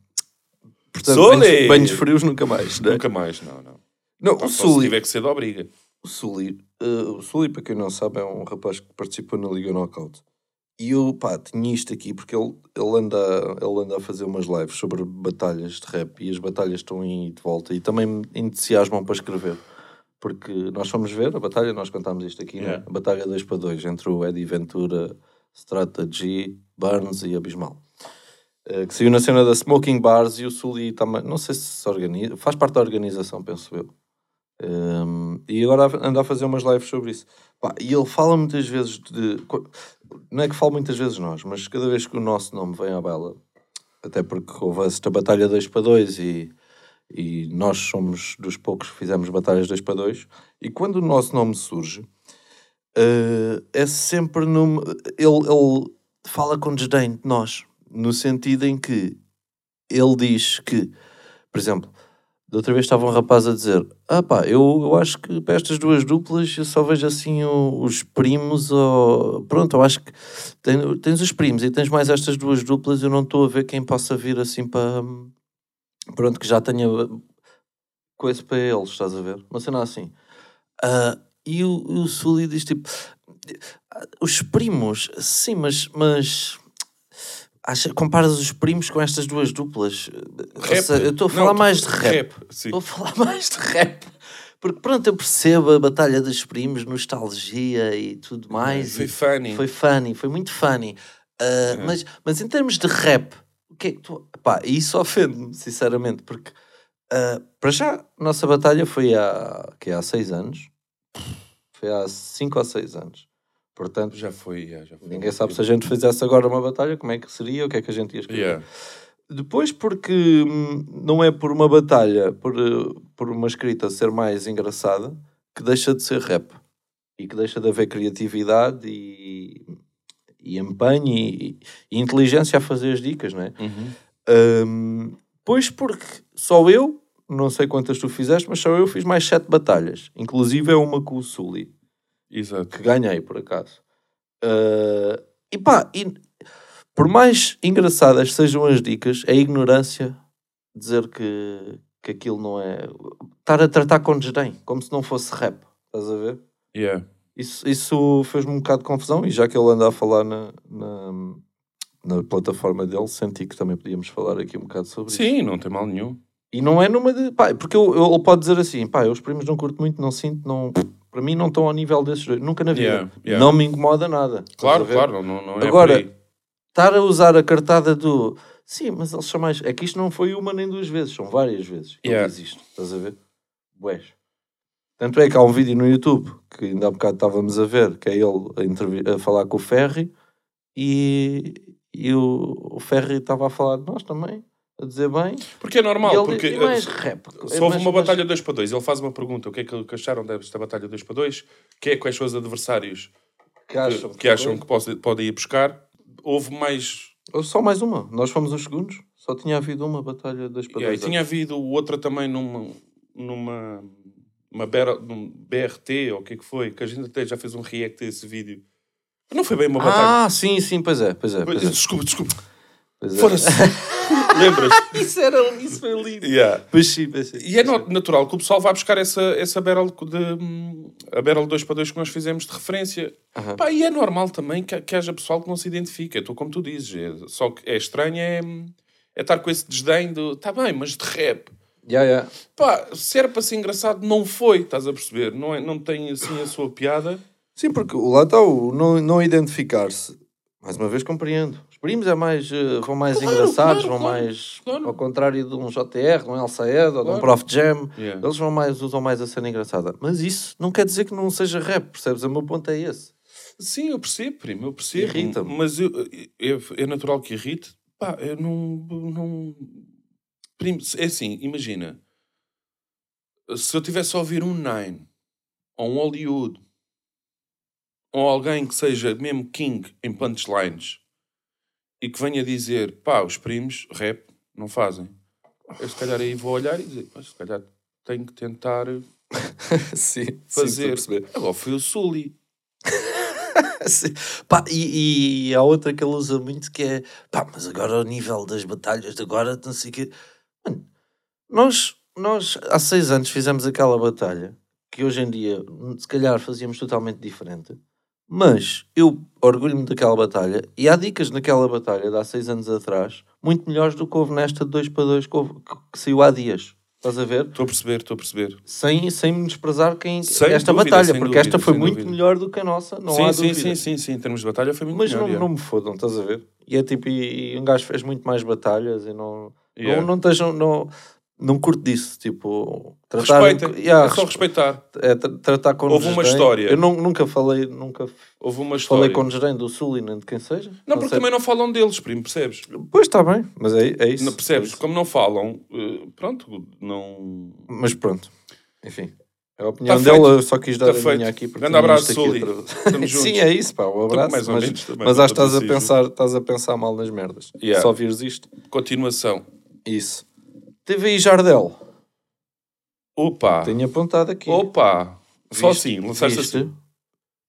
S1: portanto,
S2: Sully!
S1: banhos, banhos frios nunca mais. Não, é?
S2: Nunca mais, não, não.
S1: não
S2: Pá,
S1: o
S2: só se
S1: Sully
S2: tiver que ser da obriga.
S1: O Sully, eh, o Sully, para quem não sabe, é um rapaz que participou na Liga Knockout. E eu, pá, tinha isto aqui porque ele, ele, anda, ele anda a fazer umas lives sobre batalhas de rap e as batalhas estão aí de volta e também me entusiasmam para escrever. Porque nós fomos ver a batalha, nós contámos isto aqui,
S2: Yeah.
S1: né? a batalha 2 para 2 entre o Eddie Ventura, Strategy, Burns e Abismal. Eh, que saiu na cena da Smoking Bars e o Sully também, não sei se se organiza, faz parte da organização, penso eu. Um, e agora anda a fazer umas lives sobre isso. Pá, e ele fala muitas vezes de. co- Não é que fala muitas vezes nós, mas cada vez que o nosso nome vem à baila, até porque houve esta batalha 2 para 2 e, e nós somos dos poucos que fizemos batalhas 2 para 2, e quando o nosso nome surge, eh, é sempre num. Ele, ele fala com desdém de nós, no sentido em que ele diz que, por exemplo, da outra vez estava um rapaz a dizer: Ah, pá, eu, eu acho que para estas duas duplas eu só vejo assim o- os primos. Ou... Pronto, eu acho que ten- tens os primos e tens mais estas duas duplas. Eu não estou a ver quem possa vir assim para. Pronto, que já tenha coisa para eles, estás a ver? Uma cena assim. Ah, e o, o Sully diz tipo: "Ah, Os primos, sim, mas. mas... Acha, comparas os primos com estas duas duplas? Ou
S2: Rap.
S1: seja, eu estou a
S2: Não,
S1: falar
S2: tu-
S1: mais de rap. <laughs>
S2: sim.
S1: Vou falar mais de rap. Porque pronto, eu percebo a Batalha dos Primos, nostalgia e tudo mais.
S2: É, Foi
S1: e
S2: funny.
S1: foi funny, foi muito funny. Ah, mas, mas em termos de rap, o que é que tu. Pá, isso ofende-me, sinceramente, porque ah, para já a nossa batalha foi há, que é, há seis anos. Foi há cinco ou seis anos. Portanto,
S2: Já foi, yeah, já foi.
S1: ninguém sabe se a gente fizesse agora uma batalha, como é que seria, o que é que a gente ia escrever.
S2: Yeah.
S1: Depois, porque hum, não é por uma batalha, por, uh, por uma escrita ser mais engraçada, que deixa de ser rap. E que deixa de haver criatividade e, e empenho e, e inteligência a fazer as dicas, não é?
S2: Uhum.
S1: Hum, pois porque só eu, não sei quantas tu fizeste, mas só eu fiz mais sete batalhas. Inclusive é uma com o Sully
S2: Exato.
S1: que ganhei, por acaso. Ah, e pá, e por mais engraçadas sejam as dicas, é ignorância dizer que, que aquilo não é. Estar a tratar com desdém, como se não fosse rap, estás a ver?
S2: Yeah.
S1: Isso, isso fez-me um bocado de confusão, e já que ele anda a falar na, na, na plataforma dele, senti que também podíamos falar aqui um bocado sobre isso.
S2: Sim, não tem mal nenhum.
S1: E não é numa de. Pá, porque eu, eu- ele pode dizer assim: pá, eu os primos não curto muito, não sinto, não. Para mim não estão ao nível desses dois. Nunca na vida.
S2: Yeah, yeah.
S1: Não me incomoda nada. Estás a
S2: Claro,
S1: ver?
S2: claro, não, não, não é
S1: Agora,
S2: por aí.
S1: Estar a usar a cartada do. Sim, mas eles são mais. É que isto não foi uma nem duas vezes, são várias vezes. que
S2: Yeah.
S1: Ele diz isto, estás a ver? Bués. Tanto é que há um vídeo no YouTube que ainda há bocado estávamos a ver, que é ele a, intervi- a falar com o Ferry e, e o, o Ferry estava a falar de nós também, a dizer bem.
S2: Porque é normal,
S1: e ele
S2: porque
S1: diz, "E mais
S2: uh,
S1: rap.
S2: se
S1: é
S2: houve
S1: mais-
S2: uma
S1: mais-
S2: batalha 2 para 2, ele faz uma pergunta: o que é que que acharam desta batalha 2 para 2? Que é quais são os adversários
S1: que é
S2: que, que acham que posso- podem ir buscar? Houve mais.
S1: Ou Só mais uma. Nós fomos os segundos. Só tinha havido uma batalha das
S2: e
S1: padrões.
S2: aí tinha havido outra também numa. numa uma BR, num BRT ou o que é que foi, que a gente até já fez um react a esse vídeo. Não foi bem uma batalha.
S1: Ah, sim, sim, pois é, pois é, pois é.
S2: Desculpa, desculpa.
S1: Pois é.
S2: Fora-se. Lembras?
S1: <laughs> Isso era, um, isso foi lindo.
S2: Yeah.
S1: Pois sim, pois sim.
S2: E é no- natural que o pessoal vá buscar essa, essa barrel de, hum, a barrel 2 para 2 que nós fizemos de referência.
S1: Aham.
S2: Pá, e é normal também que, que haja pessoal que não se identifica. Estou como tu dizes. é- só que é estranho é, é estar com esse desdém do tá bem, mas de rap.
S1: Yeah, yeah.
S2: Pá, se era para ser engraçado, não foi. Estás a perceber? Não, é, não tem assim a sua piada.
S1: Sim, porque lá está o não, não identificar-se. Mais uma vez compreendo. Os primos é mais, eh, vão mais
S2: Claro,
S1: engraçados,
S2: claro,
S1: vão
S2: claro,
S1: mais
S2: claro.
S1: ao contrário de um JR, de um El Saed ou de
S2: Claro.
S1: um Prof Jam.
S2: Yeah.
S1: Eles vão mais, usam mais a cena engraçada. Mas isso não quer dizer que não seja rap, percebes? O meu ponto é esse.
S2: Sim, eu percebo, primo, eu percebo.
S1: Irrita-me.
S2: Mas eu- eu- é natural que irrite. Pá, eu não. não... Primo, é assim, imagina. Se eu tivesse a ouvir um Nine, ou um Hollywood, ou alguém que seja mesmo King em punchlines, e que venha dizer, pá, os primos, rap, não fazem. Eu se calhar aí vou olhar e dizer, "Pá, se calhar tenho que tentar
S1: <laughs> sim,
S2: fazer. Agora foi o Sully.
S1: Sim. Pá, e, e há outra que ele usa muito que é pá, mas agora ao nível das batalhas de agora, não sei o quê. Mano, nós, nós há seis anos fizemos aquela batalha que hoje em dia se calhar fazíamos totalmente diferente, mas eu orgulho-me daquela batalha e há dicas naquela batalha de há seis anos atrás muito melhores do que houve nesta de 2 para 2 que, houve- que- que saiu há dias. Estás a ver?
S2: Estou a perceber, estou a perceber.
S1: Sem, sem menosprezar quem,
S2: Sem
S1: esta
S2: dúvida,
S1: batalha,
S2: sem
S1: porque
S2: dúvida,
S1: esta foi
S2: sem
S1: muito
S2: dúvida.
S1: melhor do que a nossa, não
S2: sim,
S1: há
S2: sim,
S1: dúvida.
S2: sim, sim, sim. Em termos de batalha foi muito
S1: Mas
S2: melhor.
S1: não,
S2: yeah.
S1: não me fodam, estás a ver? E é tipo, e, e um gajo fez muito mais batalhas e não.
S2: Yeah.
S1: Não, não estejam. Não, não curto disso. Tipo, tratar.
S2: Respeita,
S1: Yeah,
S2: é só respeitar.
S1: é tra- tratar com
S2: Houve uma
S1: desdém.
S2: história.
S1: Eu não- nunca falei, nunca
S2: Houve uma história.
S1: falei com desdém do Sully nem de quem seja.
S2: Não, porque
S1: sei.
S2: também não falam deles, primo, percebes?
S1: Pois está bem, mas é, é isso.
S2: Não, percebes?
S1: é isso.
S2: Como não falam, eh, pronto, não.
S1: Mas pronto, enfim. É a opinião
S2: Tá feito.
S1: dele, eu só quis dar
S2: Tá
S1: a
S2: feito.
S1: minha aqui. porque
S2: Grande
S1: tínhamos
S2: abraço,
S1: isto aqui
S2: Sully.
S1: outra-
S2: Estamos
S1: <laughs>
S2: juntos.
S1: Sim, é isso, pá, um abraço.
S2: mais ou
S1: mas
S2: menos também,
S1: mas
S2: não
S1: acho que
S2: estou
S1: estás a,
S2: preciso.
S1: pensar, estás a pensar mal nas merdas.
S2: Yeah.
S1: Só vires isto.
S2: Continuação.
S1: Isso. TVI Jardel.
S2: Opa!
S1: Tenho apontado aqui.
S2: Opa! Só
S1: Viste?
S2: assim, lançaste
S1: Viste?
S2: assim.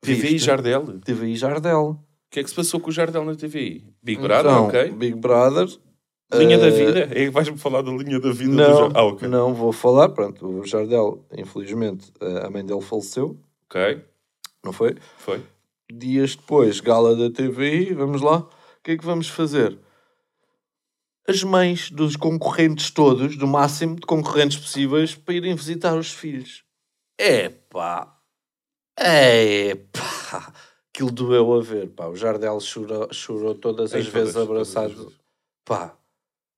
S2: TVI
S1: Viste?
S2: Jardel. O
S1: TVI Jardel.
S2: que é que se passou com o Jardel na TVI? Big Brother,
S1: Então,
S2: ok.
S1: Big Brother.
S2: Linha da
S1: eh,
S2: vida? É que vais-me falar da linha da vida do
S1: Não,
S2: Jardel. Ah, ok.
S1: não vou falar. Pronto, o Jardel, infelizmente, eh, a mãe dele faleceu,
S2: Ok,
S1: não foi?
S2: foi.
S1: Dias depois, gala da TVI, vamos lá. O que é que vamos fazer? As mães dos concorrentes todos, do máximo de concorrentes possíveis, para irem visitar os filhos. Epá! Epá! Aquilo doeu a ver, pá. O Jardel chorou, chorou todas as
S2: Em
S1: vezes
S2: todas, todas as
S1: abraçado.
S2: vezes.
S1: Pá!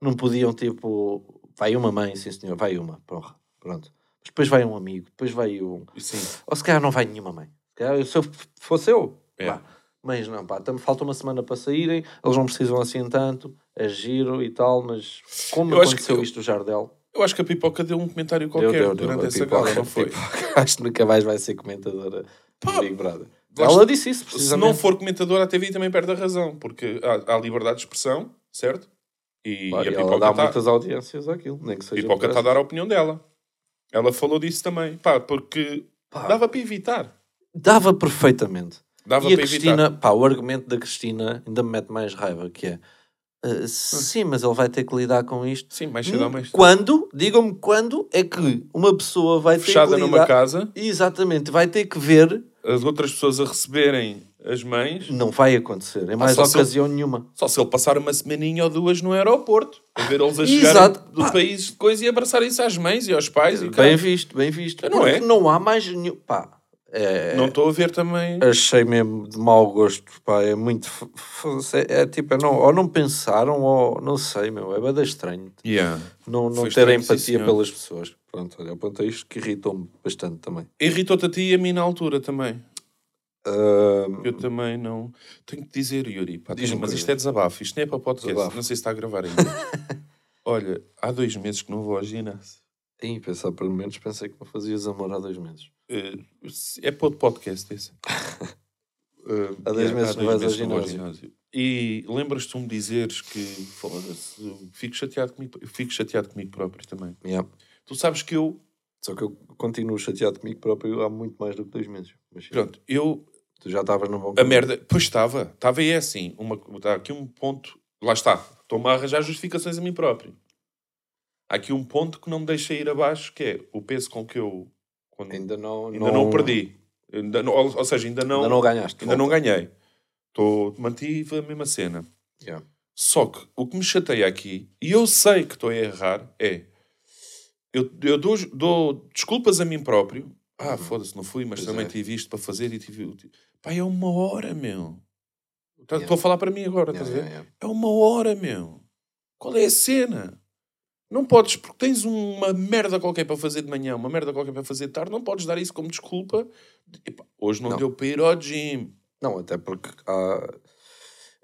S1: Não podiam, tipo... Vai uma mãe, sim senhor, vai uma. Porra, pronto. Mas depois vai um amigo, depois vai um...
S2: Sim.
S1: Ou se calhar não vai nenhuma mãe. Se calhar eu- se eu f- fosse eu,
S2: É.
S1: pá. Mas não, pá, tam- falta uma semana para saírem, eles não precisam assim tanto, é giro e tal, mas como
S2: Eu acho
S1: aconteceu
S2: que eu-
S1: isto do Jardel,
S2: Eu acho que a pipoca deu um comentário
S1: deu,
S2: qualquer
S1: deu, deu,
S2: durante
S1: a
S2: essa gala,
S1: pipoca, é
S2: não foi?
S1: pipoca, <laughs> acho que nunca mais vai ser comentadora
S2: Pá,
S1: do Big Brother.
S2: lá
S1: Ela disse isso,
S2: se não
S1: precisamente.
S2: for comentador, a TV também perde a razão, porque há, há liberdade de expressão, certo? E,
S1: Pá,
S2: e a
S1: e ela dá
S2: pipoca tá está
S1: muitas audiências àquilo, nem que seja... por
S2: tá a
S1: essa-
S2: dar a opinião dela. Ela falou disso também, pá, porque
S1: Pá, dava...
S2: dava para evitar.
S1: perfeitamente.
S2: Dava
S1: e a
S2: para
S1: Cristina, pá, o argumento da Cristina ainda me mete mais raiva, que é...
S2: Hum.
S1: "Ah, sim, mas ele vai ter que lidar com isto.
S2: evitar. Sim, mais cedo ou É mais tarde.
S1: Hum, Quando, digam-me quando é que uma pessoa vai ter
S2: Fechada
S1: que
S2: numa
S1: lidar...
S2: casa,
S1: Exatamente, vai ter que ver
S2: as outras pessoas a receberem as mães,
S1: Não vai acontecer, em mais
S2: só se
S1: ocasião nenhuma.
S2: só se ele passar uma semaninha ou duas no aeroporto, a ver eles a chegar
S1: Exato.
S2: do
S1: Pá.
S2: país de coisa e abraçar isso às mães e aos pais. E,
S1: Bem
S2: caralho,
S1: visto, bem visto.
S2: Não
S1: Porque
S2: é?
S1: não há mais nenhum. Pá, é-
S2: não estou a ver também.
S1: achei mesmo de mau gosto, pá, é muito. f- f- É tipo, é não, ou não pensaram, ou não sei, meu, é bada estranho
S2: Yeah.
S1: não, não
S2: Foi
S1: ter
S2: estranho, sim,
S1: empatia
S2: senhor.
S1: pelas pessoas. Pronto, olha, aponta isto que irritou-me bastante também.
S2: Irritou-te a ti e a mim na altura também.
S1: Ahm,
S2: Eu também não. Tenho que te dizer, Yuri, pá,
S1: Diz-me
S2: tenho- mas
S1: coisas.
S2: isto é desabafo, isto nem é para podcast,
S1: Desabafo.
S2: não sei se está a gravar ainda.
S1: <laughs>
S2: Olha, há dois meses que não vou ao ginásio.
S1: Ih, pensar pelo menos, pensei que me fazias amor há dois meses.
S2: Eh, é para outro podcast esse. Eh,
S1: <laughs> Há dois
S2: yeah,
S1: meses não
S2: dois
S1: vais ao
S2: meses não vou
S1: ginásio.
S2: E lembras-te de me dizeres que foda-se, eu fico chateado comigo, eu fico chateado comigo próprio também.
S1: Yeah.
S2: Tu sabes que eu,
S1: Só que eu continuo chateado comigo próprio há muito mais do que dois meses. Mas sim,
S2: pronto, eu
S1: tu já estavas no bom
S2: a
S1: caminho.
S2: merda, pois estava, estava aí assim, uma, há aqui um ponto, lá está, estou-me a arranjar justificações a mim próprio. Há aqui um ponto que não me deixa ir abaixo, que é o peso com que eu quando- ainda,
S1: Ainda não,
S2: não, perdi. Ainda não- ou, ou seja, ainda não,
S1: Ainda não ganhaste.
S2: ainda não ganhei. Estou mantive a mesma cena.
S1: Yeah.
S2: Só que o que me chateia aqui, e eu sei que estou a errar, é. Eu, eu dou, dou desculpas a mim próprio. Ah, foda-se, não fui, mas
S1: Uhum. Pois
S2: também
S1: é.
S2: tive isto para fazer e tive. Pá, é uma hora, meu. Tá, Estou
S1: Yeah.
S2: a falar para mim agora, estás
S1: Yeah,
S2: a ver?
S1: yeah, yeah.
S2: É uma hora, meu. Qual é a cena? Não podes, porque tens uma merda qualquer para fazer de manhã, uma merda qualquer para fazer de tarde, não podes dar isso como desculpa. de, "Epá, hoje não,
S1: Não.
S2: deu para ir ao gym.
S1: Não, até porque há...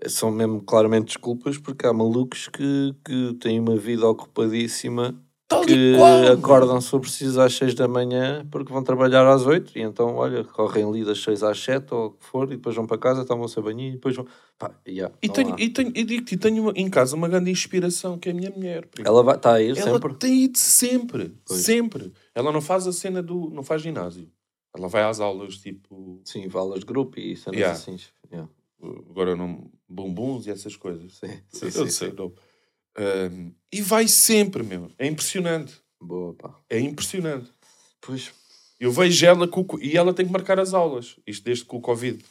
S1: São mesmo claramente desculpas porque há malucos que, que têm uma vida ocupadíssima
S2: Tal
S1: que
S2: e qual. meu.
S1: acordam se for preciso às 6 da manhã porque vão trabalhar às 8 e então, olha, correm ali das 6 às 7 ou o que for e depois vão para casa, tomam o seu banhinho e depois vão... Pá, yeah,
S2: E,
S1: não
S2: tenho,
S1: há.
S2: e, tenho, e digo-te, e tenho uma- em casa uma grande inspiração, que é a minha mulher. primo.
S1: Ela vai- está a ir
S2: Ela
S1: sempre?
S2: tem ido sempre,
S1: Pois.
S2: sempre. Ela não faz a cena do... não faz ginásio. Ela vai às aulas, tipo...
S1: Sim, valas de grupo e cenas
S2: Yeah.
S1: assim. Yeah.
S2: Agora não... Bumbuns e essas coisas.
S1: Sim, sim,
S2: Eu
S1: sim,
S2: sei,
S1: sim.
S2: não. Ahm, e vai sempre, meu. É impressionante.
S1: Boa, pá.
S2: É impressionante.
S1: Pois,
S2: Eu vejo ela com o co- e ela tem que marcar as aulas. Isto desde que o Covid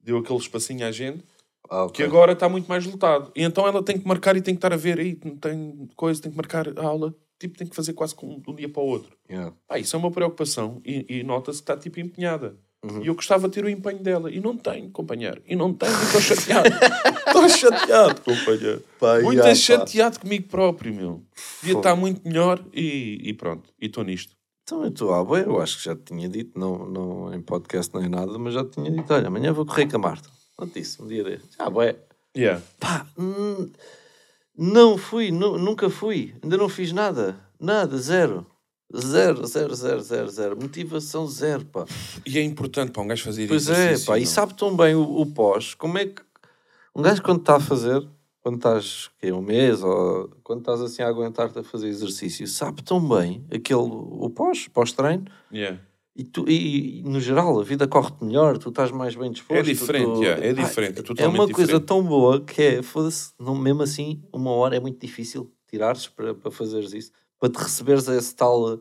S2: deu aquele espacinho à gente.
S1: ah,
S2: que
S1: ok.
S2: agora está muito mais lotado. E então ela tem que marcar e tem que estar a ver aí, não tem coisa, tem que marcar a aula, tipo, tem que fazer quase com- de um dia para o outro.
S1: Yeah.
S2: Pá, isso é uma preocupação e, e nota-se que está tipo empenhada.
S1: Uhum.
S2: E eu gostava de ter o empenho dela. E não tenho, companheiro. E não tenho, e estou chateado. <laughs> Estou chateado, companheiro.
S1: Pá,
S2: muito
S1: yeah,
S2: é
S1: pá.
S2: chateado comigo próprio, meu. Devia
S1: Fogo.
S2: estar muito melhor e, e pronto. E estou nisto.
S1: Então eu estou à boa, eu acho que já te tinha dito, não, não em podcast nem nada, mas já te tinha dito, olha, amanhã vou correr com a Marta. Não te disse, um dia deste. Já, boé.
S2: Yeah.
S1: Pá, hum, não fui, nu- nunca fui, ainda não fiz nada, nada, zero. Zero, zero, zero, zero, zero. Motivação zero, pá.
S2: E é importante para um gajo fazer
S1: Pois é,
S2: exercício,
S1: pá, e
S2: meu.
S1: sabe tão bem o, o pós, como é que um gajo quando está a fazer, quando estás que é um mês ou quando estás assim a aguentar-te a fazer exercício, sabe tão bem aquele o pós, pós-treino,
S2: Yeah.
S1: e, tu, e, e, no geral a vida corre-te melhor, tu estás mais bem disposto.
S2: É diferente,
S1: tu-
S2: yeah, é
S1: Pá,
S2: diferente, é
S1: É
S2: totalmente
S1: uma coisa
S2: diferente.
S1: tão boa que é, foda-se, não- mesmo assim, uma hora é muito difícil tirares para, para fazeres isso, para te receberes esse tal,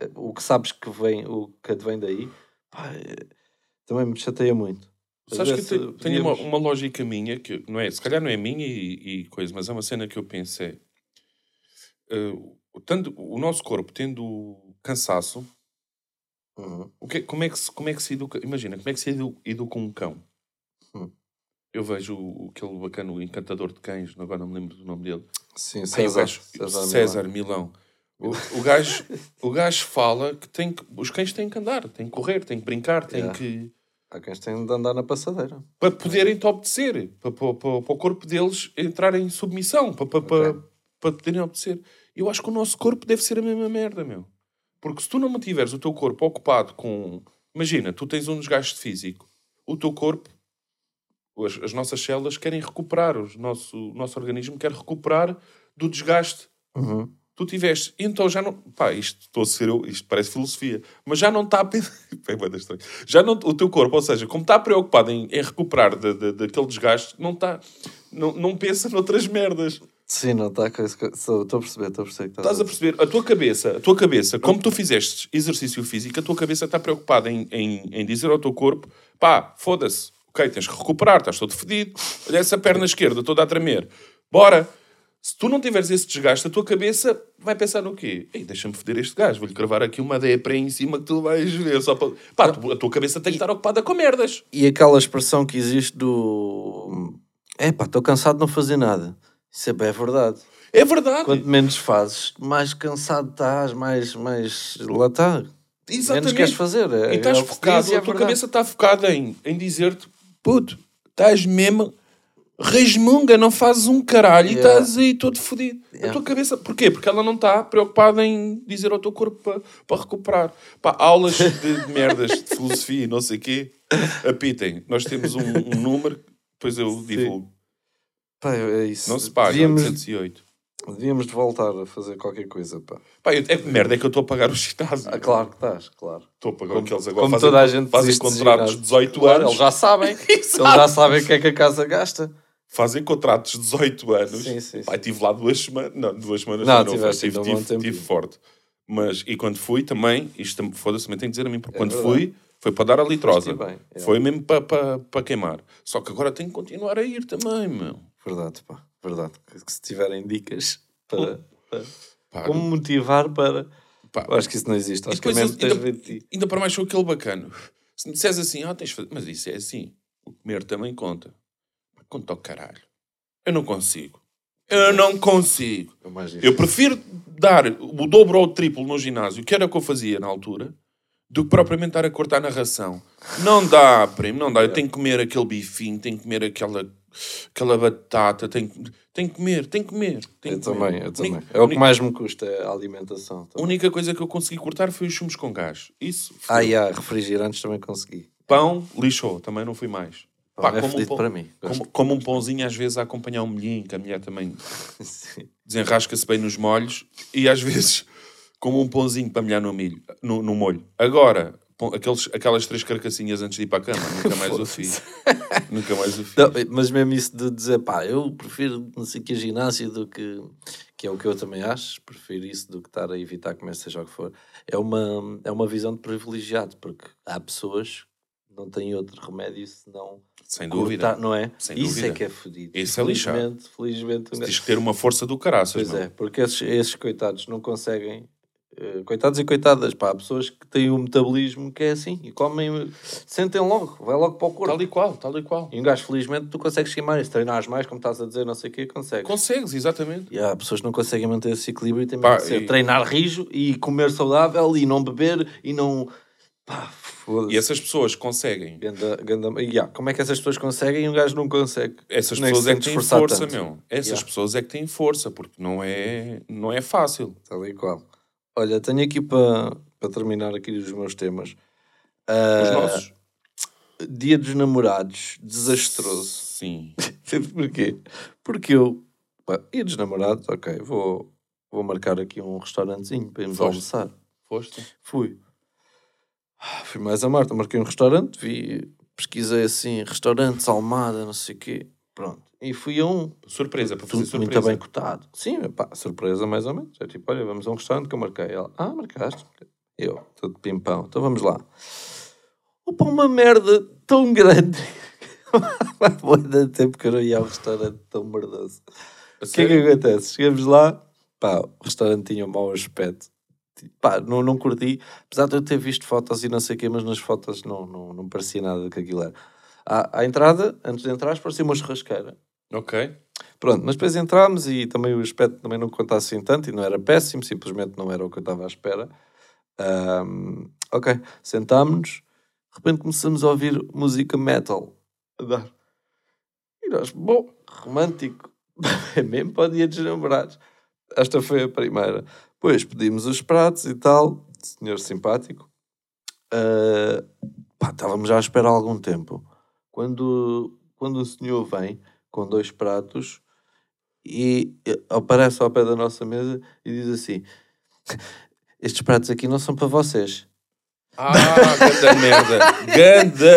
S1: eh, o que sabes que vem, o que te vem daí, pá, eh, também me chateia muito. Às
S2: Sabes que
S1: vezes,
S2: eu tenho,
S1: eh,
S2: tenho uma, um
S1: podíamos-
S2: uma lógica minha, que não é, se calhar não é minha e, e coisa, mas é uma cena que eu pensei. Eh, o- tanto, o nosso corpo tendo cansaço,
S1: Uhum.
S2: o que, como, é que se, como é que se educa? Imagina, como é que se edu- educa um cão?
S1: Hum.
S2: Eu vejo o, aquele bacana, o encantador de cães, agora não me lembro do nome dele.
S1: Sim,
S2: Pá, eu
S1: É César,
S2: vejo-
S1: César,
S2: César Milão. O, o, gajo, o gajo fala que, tem que os cães têm que andar, têm que correr, têm que brincar, têm
S1: Yeah.
S2: que.
S1: Há quem tem de andar na passadeira.
S2: para poderem te obedecer, para, para, para, para o corpo deles entrar em submissão, para, para, para,
S1: Ok.
S2: para poderem obedecer. Eu acho que o nosso corpo deve ser a mesma merda, meu. Porque se tu não mantiveres o teu corpo ocupado com. Imagina, tu tens um desgaste físico, o teu corpo, as, as nossas células querem recuperar, os nosso, o nosso organismo quer recuperar do desgaste.
S1: Uhum.
S2: Tu tiveste, então já não. Pá, isto estou a ser eu, isto parece filosofia, mas já não está. a <laughs> pen- É bué da estranho. já não, o teu corpo, ou seja, como está preocupado em, em recuperar da- da- daquele desgaste, não está. Não, não pensa noutras merdas.
S1: Sim, não tá, está com esse co- Estou estou a perceber, estou a perceber. que
S2: Estás a perceber? A tua cabeça, a tua cabeça, como tu fizeste exercício físico, a tua cabeça está preocupada em, em, em dizer ao teu corpo: pá, foda-se, Ok, tens que recuperar, estás todo fedido. Olha essa perna esquerda toda a tremer. Bora! Se tu não tiveres esse desgaste, a tua cabeça vai pensar no quê? Ei, deixa-me foder este gajo, vou-lhe cravar aqui uma ideia para aí em cima que tu vais ver. Só para... Pá, tu- a tua cabeça tem que estar ocupada com merdas.
S1: E aquela expressão que existe do. Epá, estou cansado de não fazer nada. Isso é bem verdade.
S2: É verdade.
S1: Quanto menos fazes, mais cansado estás, mais. mais... Lá está. Menos queres fazer. É,
S2: E estás
S1: é o que se diz
S2: focado,
S1: e é
S2: a tua
S1: verdade.
S2: cabeça está focada em, em dizer-te, puto, estás mesmo resmunga, não fazes um caralho e
S1: Yeah.
S2: estás aí todo fodido. A
S1: Yeah.
S2: tua cabeça, porquê? Porque ela não está preocupada em dizer ao teu corpo para recuperar. Pá, aulas
S1: <laughs>
S2: de merdas de filosofia e não sei o quê, apitem. Nós temos um, um número, depois eu divulgo.
S1: Pá, é isso.
S2: Não se paga,
S1: Devíamos,
S2: 808.
S1: devíamos de voltar a fazer qualquer coisa, pá.
S2: Pá, eu- é que merda, é que eu estou a pagar o ginásio.
S1: Ah, claro que estás, claro.
S2: Estou a pagar
S1: Como-
S2: aqueles agora
S1: como
S2: fazem,
S1: toda a gente
S2: fazem
S1: desiste de
S2: contratos de
S1: ginásio.
S2: 18
S1: Claro,
S2: anos.
S1: eles já
S2: <laughs>
S1: sabem. eles
S2: Exato.
S1: já sabem o que é que a casa gasta.
S2: fazem contratos de 18 anos.
S1: Sim, sim,
S2: Pá, estive lá duas semanas. Não, duas semanas
S1: Não,
S2: não, não
S1: tiveste
S2: estive,
S1: ainda um bom
S2: estive,
S1: tempo.
S2: estive forte. Mas, e quando fui também, isto tam- foda-se, também tenho que dizer a mim, porque quando
S1: É verdade.
S2: fui, foi para dar a litrosa.
S1: Foste bem, é.
S2: Foi mesmo para para para queimar. Só que agora tenho que continuar a ir também, meu.
S1: Verdade, pá. Verdade. Que, que se tiverem dicas para. para-
S2: Pá,
S1: Como motivar para.
S2: pá.
S1: Eu acho que isso não existe.
S2: E
S1: Acho que é
S2: depois
S1: mesmo
S2: eles-
S1: tens de ver de ti.
S2: ainda, ainda para mais sou aquele bacano. Se me disseres assim, ah, tens de fazer. Mas isso é assim. O comer também conta. Pá, Conta ao caralho. Eu não consigo. Eu não consigo.
S1: É o mais
S2: Eu
S1: difícil.
S2: prefiro dar o dobro ou o triplo no ginásio, que era o que eu fazia na altura, do que propriamente estar a cortar na ração. Não dá, primo, não dá. Eu tenho que comer aquele bifinho, tenho que comer aquela, aquela batata, tenho, que- tenho que comer, tenho que comer. Tenho
S1: Eu
S2: que comer.
S1: também, eu
S2: Única-
S1: também. É o que
S2: única-
S1: mais me custa é a alimentação.
S2: A
S1: também.
S2: única coisa que eu consegui cortar foi os chumos com gás. Isso.
S1: Ah, e há refrigerantes também consegui.
S2: Pão lixou, também não fui mais.
S1: Pão
S2: Pá,
S1: é
S2: como, um
S1: fedido
S2: pão-
S1: para mim.
S2: como- como um pãozinho às vezes a acompanhar um molhinho, que a mulher também
S1: Sim.
S2: desenrasca-se bem nos molhos e às vezes <laughs> como um pãozinho para molhar no milho, no, no molho. Agora, pão- aqueles, aquelas três carcassinhas antes de ir para a cama,
S1: <laughs>
S2: nunca mais o fiz. nunca mais o fiz.
S1: Não, mas mesmo isso de dizer, pá, eu prefiro não sei que a ginásio do que. que é o que eu também acho, prefiro isso do que estar a evitar comer, seja o que for. É uma, é uma visão de privilegiado, porque há pessoas que não têm outro remédio senão.
S2: Sem dúvida.
S1: cortar, não é?
S2: Sem
S1: isso
S2: dúvida.
S1: é que é fodido.
S2: Isso é lixado.
S1: Felizmente, felizmente um gajo-
S2: Tens que ter uma força do caraças,
S1: Pois
S2: meu.
S1: é, porque esses, esses coitados não conseguem. eh, Coitados e coitadas, pá, há pessoas que têm um metabolismo que é assim e comem, sentem logo, vai logo para o corpo.
S2: Tal e qual, tal e qual.
S1: E um gajo, felizmente, tu consegues queimar isso, treinares mais, como estás a dizer, não sei o quê, consegues.
S2: Consegues, exatamente.
S1: E há pessoas que não conseguem manter esse equilíbrio e têm
S2: Pá,
S1: que ser
S2: e-
S1: treinar rijo e comer saudável e não beber e não. pá, foda-se.
S2: E essas pessoas conseguem.
S1: Ganda- ganda- e, yeah, como é que essas pessoas conseguem e um gajo não consegue?
S2: Essas
S1: Nem
S2: pessoas
S1: se
S2: é
S1: tem
S2: que
S1: de
S2: têm
S1: esforçar
S2: força,
S1: tanto.
S2: meu. Essas
S1: Yeah.
S2: pessoas é que têm força, porque não é, não é fácil.
S1: Tal e qual. Olha, tenho aqui para para terminar aqui os meus temas. Ah,
S2: Os nossos.
S1: Dia dos namorados, desastroso. <laughs>
S2: Sim.
S1: Porquê? Porque eu, pá, dia dos namorados, ok, vou, vou marcar aqui um restaurantezinho para irmos
S2: Foste.
S1: almoçar.
S2: Foste.
S1: Fui. Ah, Fui mais a Marta, marquei um restaurante, vi, pesquisei assim, restaurantes, Almada, não sei o quê. Pronto. E fui a um,
S2: Surpresa, para fazer
S1: tudo
S2: surpresa.
S1: muito bem cotado. Sim, pá, surpresa mais ou menos. É tipo, olha, vamos a um restaurante que eu marquei. Ela, ah, marcaste? Eu, tudo pimpão. Então vamos lá. Opa, uma merda tão grande. <laughs> Há bué de tempo que eu não ia ao restaurante tão merdoso.
S2: A
S1: O que é
S2: sério?
S1: que acontece? Chegamos lá, pá, o restaurante tinha um mau aspecto. Pá, não, não curti, apesar de eu ter visto fotos e não sei o quê, mas nas fotos não, não, não parecia nada do que aquilo era. À, à entrada, antes de entrar, parecia uma churrasqueira.
S2: Ok.
S1: Pronto, mas depois entrámos e também o aspecto também não conta assim tanto e não era péssimo, simplesmente não era o que eu estava à espera. Ahm, ok, sentámos-nos, de repente começamos a ouvir música metal a dar. E nós, bom, romântico, <laughs> é mesmo para o dia dos namorados. Esta foi a primeira. Pois pedimos os pratos e tal, senhor simpático. Ah, pá, estávamos já à espera há algum tempo. Quando, quando o senhor vem com dois pratos e eh, aparece ao pé da nossa mesa e diz assim: <laughs> Estes pratos aqui não são para vocês.
S2: Ah, ganda merda.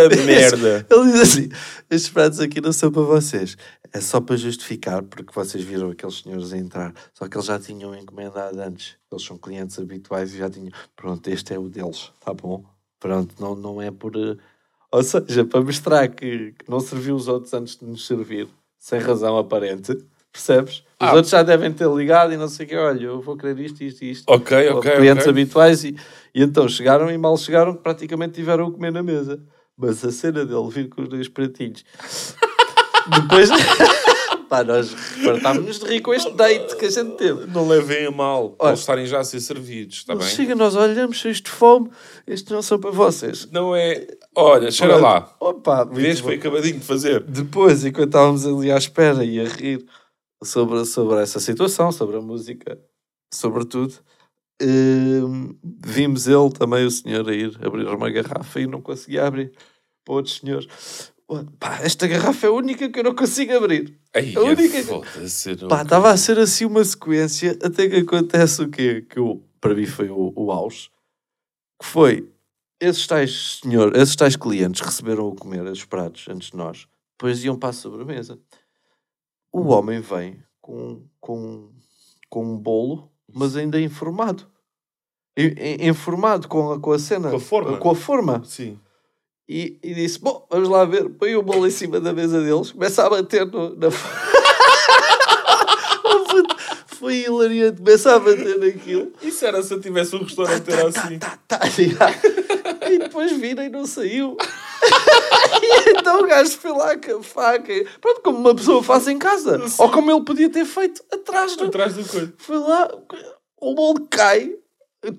S2: Ganda merda.
S1: Ele diz assim: Estes pratos aqui não são para vocês. É só para justificar, porque vocês viram aqueles senhores a entrar. Só que eles já tinham encomendado antes. Eles são clientes habituais e já tinham. Pronto, este é o deles, tá bom? Pronto, não, não é por. eh, Ou seja, para mostrar que, que não serviu os outros antes de nos servir, sem razão aparente, percebes? Os
S2: Ah.
S1: outros já devem ter ligado e não sei o que, olha, eu vou querer isto, isto e isto.
S2: Ok,
S1: Ou de
S2: ok.
S1: clientes
S2: ok.
S1: habituais e, e então chegaram e mal chegaram que praticamente tiveram a comer na mesa. Mas a cena dele vir com os dois pratinhos. <laughs> Depois. <laughs> Pá, nós repartámos-nos de rir com este date que a gente teve.
S2: Não levem a mal
S1: Olha.
S2: eles estarem já a ser servidos, está
S1: Ele
S2: Tá bem?
S1: chega, nós olhamos cheios de fome, estes não são para vocês.
S2: Não é. Olha, cheira lá.
S1: Opa,
S2: Vês
S1: muito
S2: foi
S1: bom.
S2: acabadinho de fazer.
S1: Depois, enquanto estávamos ali à espera e a rir sobre, sobre essa situação, sobre a música, sobretudo, hum, vimos ele também, o senhor, a ir abrir uma garrafa e não conseguia abrir. Para outros senhores, pá, esta garrafa é a única que eu não consigo abrir.
S2: Aí,
S1: A única-
S2: foda-se. não
S1: Pá, estava a ser assim uma sequência até que acontece o quê? Que o- para mim foi o, o auge. Que foi, esses tais senhor, esses tais clientes receberam o comer, os pratos, antes de nós. Depois iam para a sobremesa. O homem vem com, com, com um bolo, mas ainda é informado. Informado com a, com a cena.
S2: Com a forma.
S1: Com a forma.
S2: Sim.
S1: E, e disse, bom, vamos lá ver. Põe o bolo em cima da mesa deles. Começa a bater no, na... <laughs> Oh, puto, Foi hilariante. Começa a bater naquilo.
S2: Isso era se eu tivesse um restaurante era assim.
S1: Tá, tá, já. E depois vira e não saiu. <laughs> E então o gajo foi lá com a faca. Pronto, como uma pessoa faz em casa.
S2: Sim.
S1: Ou como ele podia ter feito atrás do...
S2: Atrás do coisa.
S1: Foi lá, o bolo cai,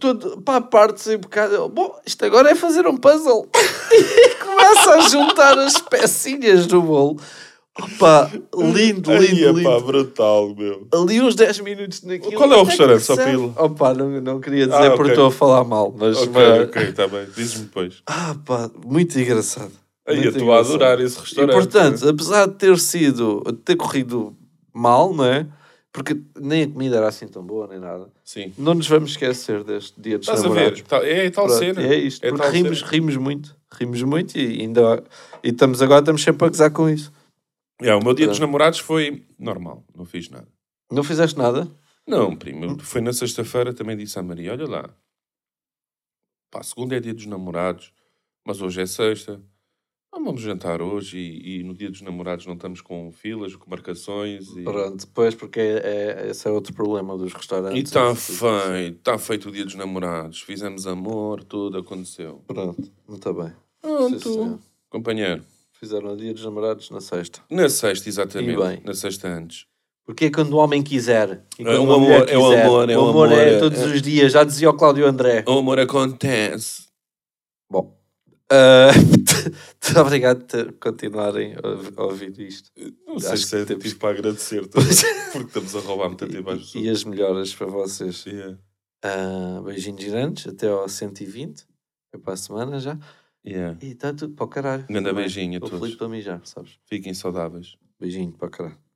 S1: todo para a parte sem bocado. Bom, isto agora é fazer um puzzle. <laughs> E começa a juntar as pecinhas do bolo. Opa, lindo,
S2: Aí,
S1: lindo,
S2: é pá,
S1: lindo.
S2: brutal, meu.
S1: Ali uns 10 minutos naquilo.
S2: Qual é o
S1: até que
S2: restaurante, só para
S1: percebe.
S2: ele?
S1: Opa, não, não queria dizer
S2: Ah, ok.
S1: porque estou a falar mal, mas.
S2: Ok,
S1: mas-
S2: ok, está bem. Diz-me depois.
S1: Ah, pá, muito engraçado.
S2: Aí,
S1: Muito
S2: eu estou a
S1: engraçado.
S2: adorar esse
S1: E,
S2: restaurante.
S1: portanto, apesar de ter sido, de ter corrido mal, não é? Porque nem a comida era assim tão boa, nem nada.
S2: Sim.
S1: Não nos vamos esquecer deste dia dos
S2: Estás a
S1: namorados.
S2: ver? Tal- É, tal
S1: Pronto,
S2: cena.
S1: É isto.
S2: É
S1: porque
S2: tal
S1: rimos,
S2: cena.
S1: rimos muito. Rimos muito e ainda... E estamos agora estamos sempre a gozar com isso.
S2: É, o meu dia dos namorados foi normal. Não fiz nada.
S1: Não fizeste nada?
S2: Não, primo, foi na sexta-feira também disse à Maria: Olha lá, pá, segunda é dia dos namorados, mas hoje é sexta. Ah, vamos jantar hoje e, e no dia dos namorados não estamos com filas, com marcações. E
S1: Pronto, pois, porque é, é- esse é outro problema dos restaurantes.
S2: está
S1: Isso-
S2: tá feito, está feito o dia dos namorados. Fizemos amor, tudo aconteceu.
S1: Pronto, muito bem. Sim, senhor.
S2: Pronto, companheiro.
S1: Fizeram o dia dos namorados na sexta.
S2: Na sexta, exatamente.
S1: E bem.
S2: Na sexta antes.
S1: Porque é quando o homem quiser. e
S2: É
S1: quando
S2: o
S1: uma mulher
S2: amor, é o
S1: quiser.
S2: amor, é o amor,
S1: é
S2: é-
S1: todos
S2: é-
S1: os dias, já dizia o Cláudio André.
S2: O amor acontece.
S1: Bom. ah, <laughs> Obrigado por continuarem a- a ouvir isto.
S2: Não sei
S1: Acho
S2: se é
S1: que temos-
S2: tipo para
S1: <laughs>
S2: agradecer, também, porque estamos a roubar muito tempo às
S1: E, e
S2: pessoas.
S1: as melhoras para vocês.
S2: Yeah.
S1: Ah, beijinhos girantes, até ao 120. Foi para a semana já.
S2: Yeah.
S1: E está tudo para o caralho.
S2: Um Grande
S1: Também.
S2: beijinho a
S1: Estou
S2: todos.
S1: feliz para mijar, sabes?
S2: Fiquem saudáveis.
S1: Beijinho para o caralho.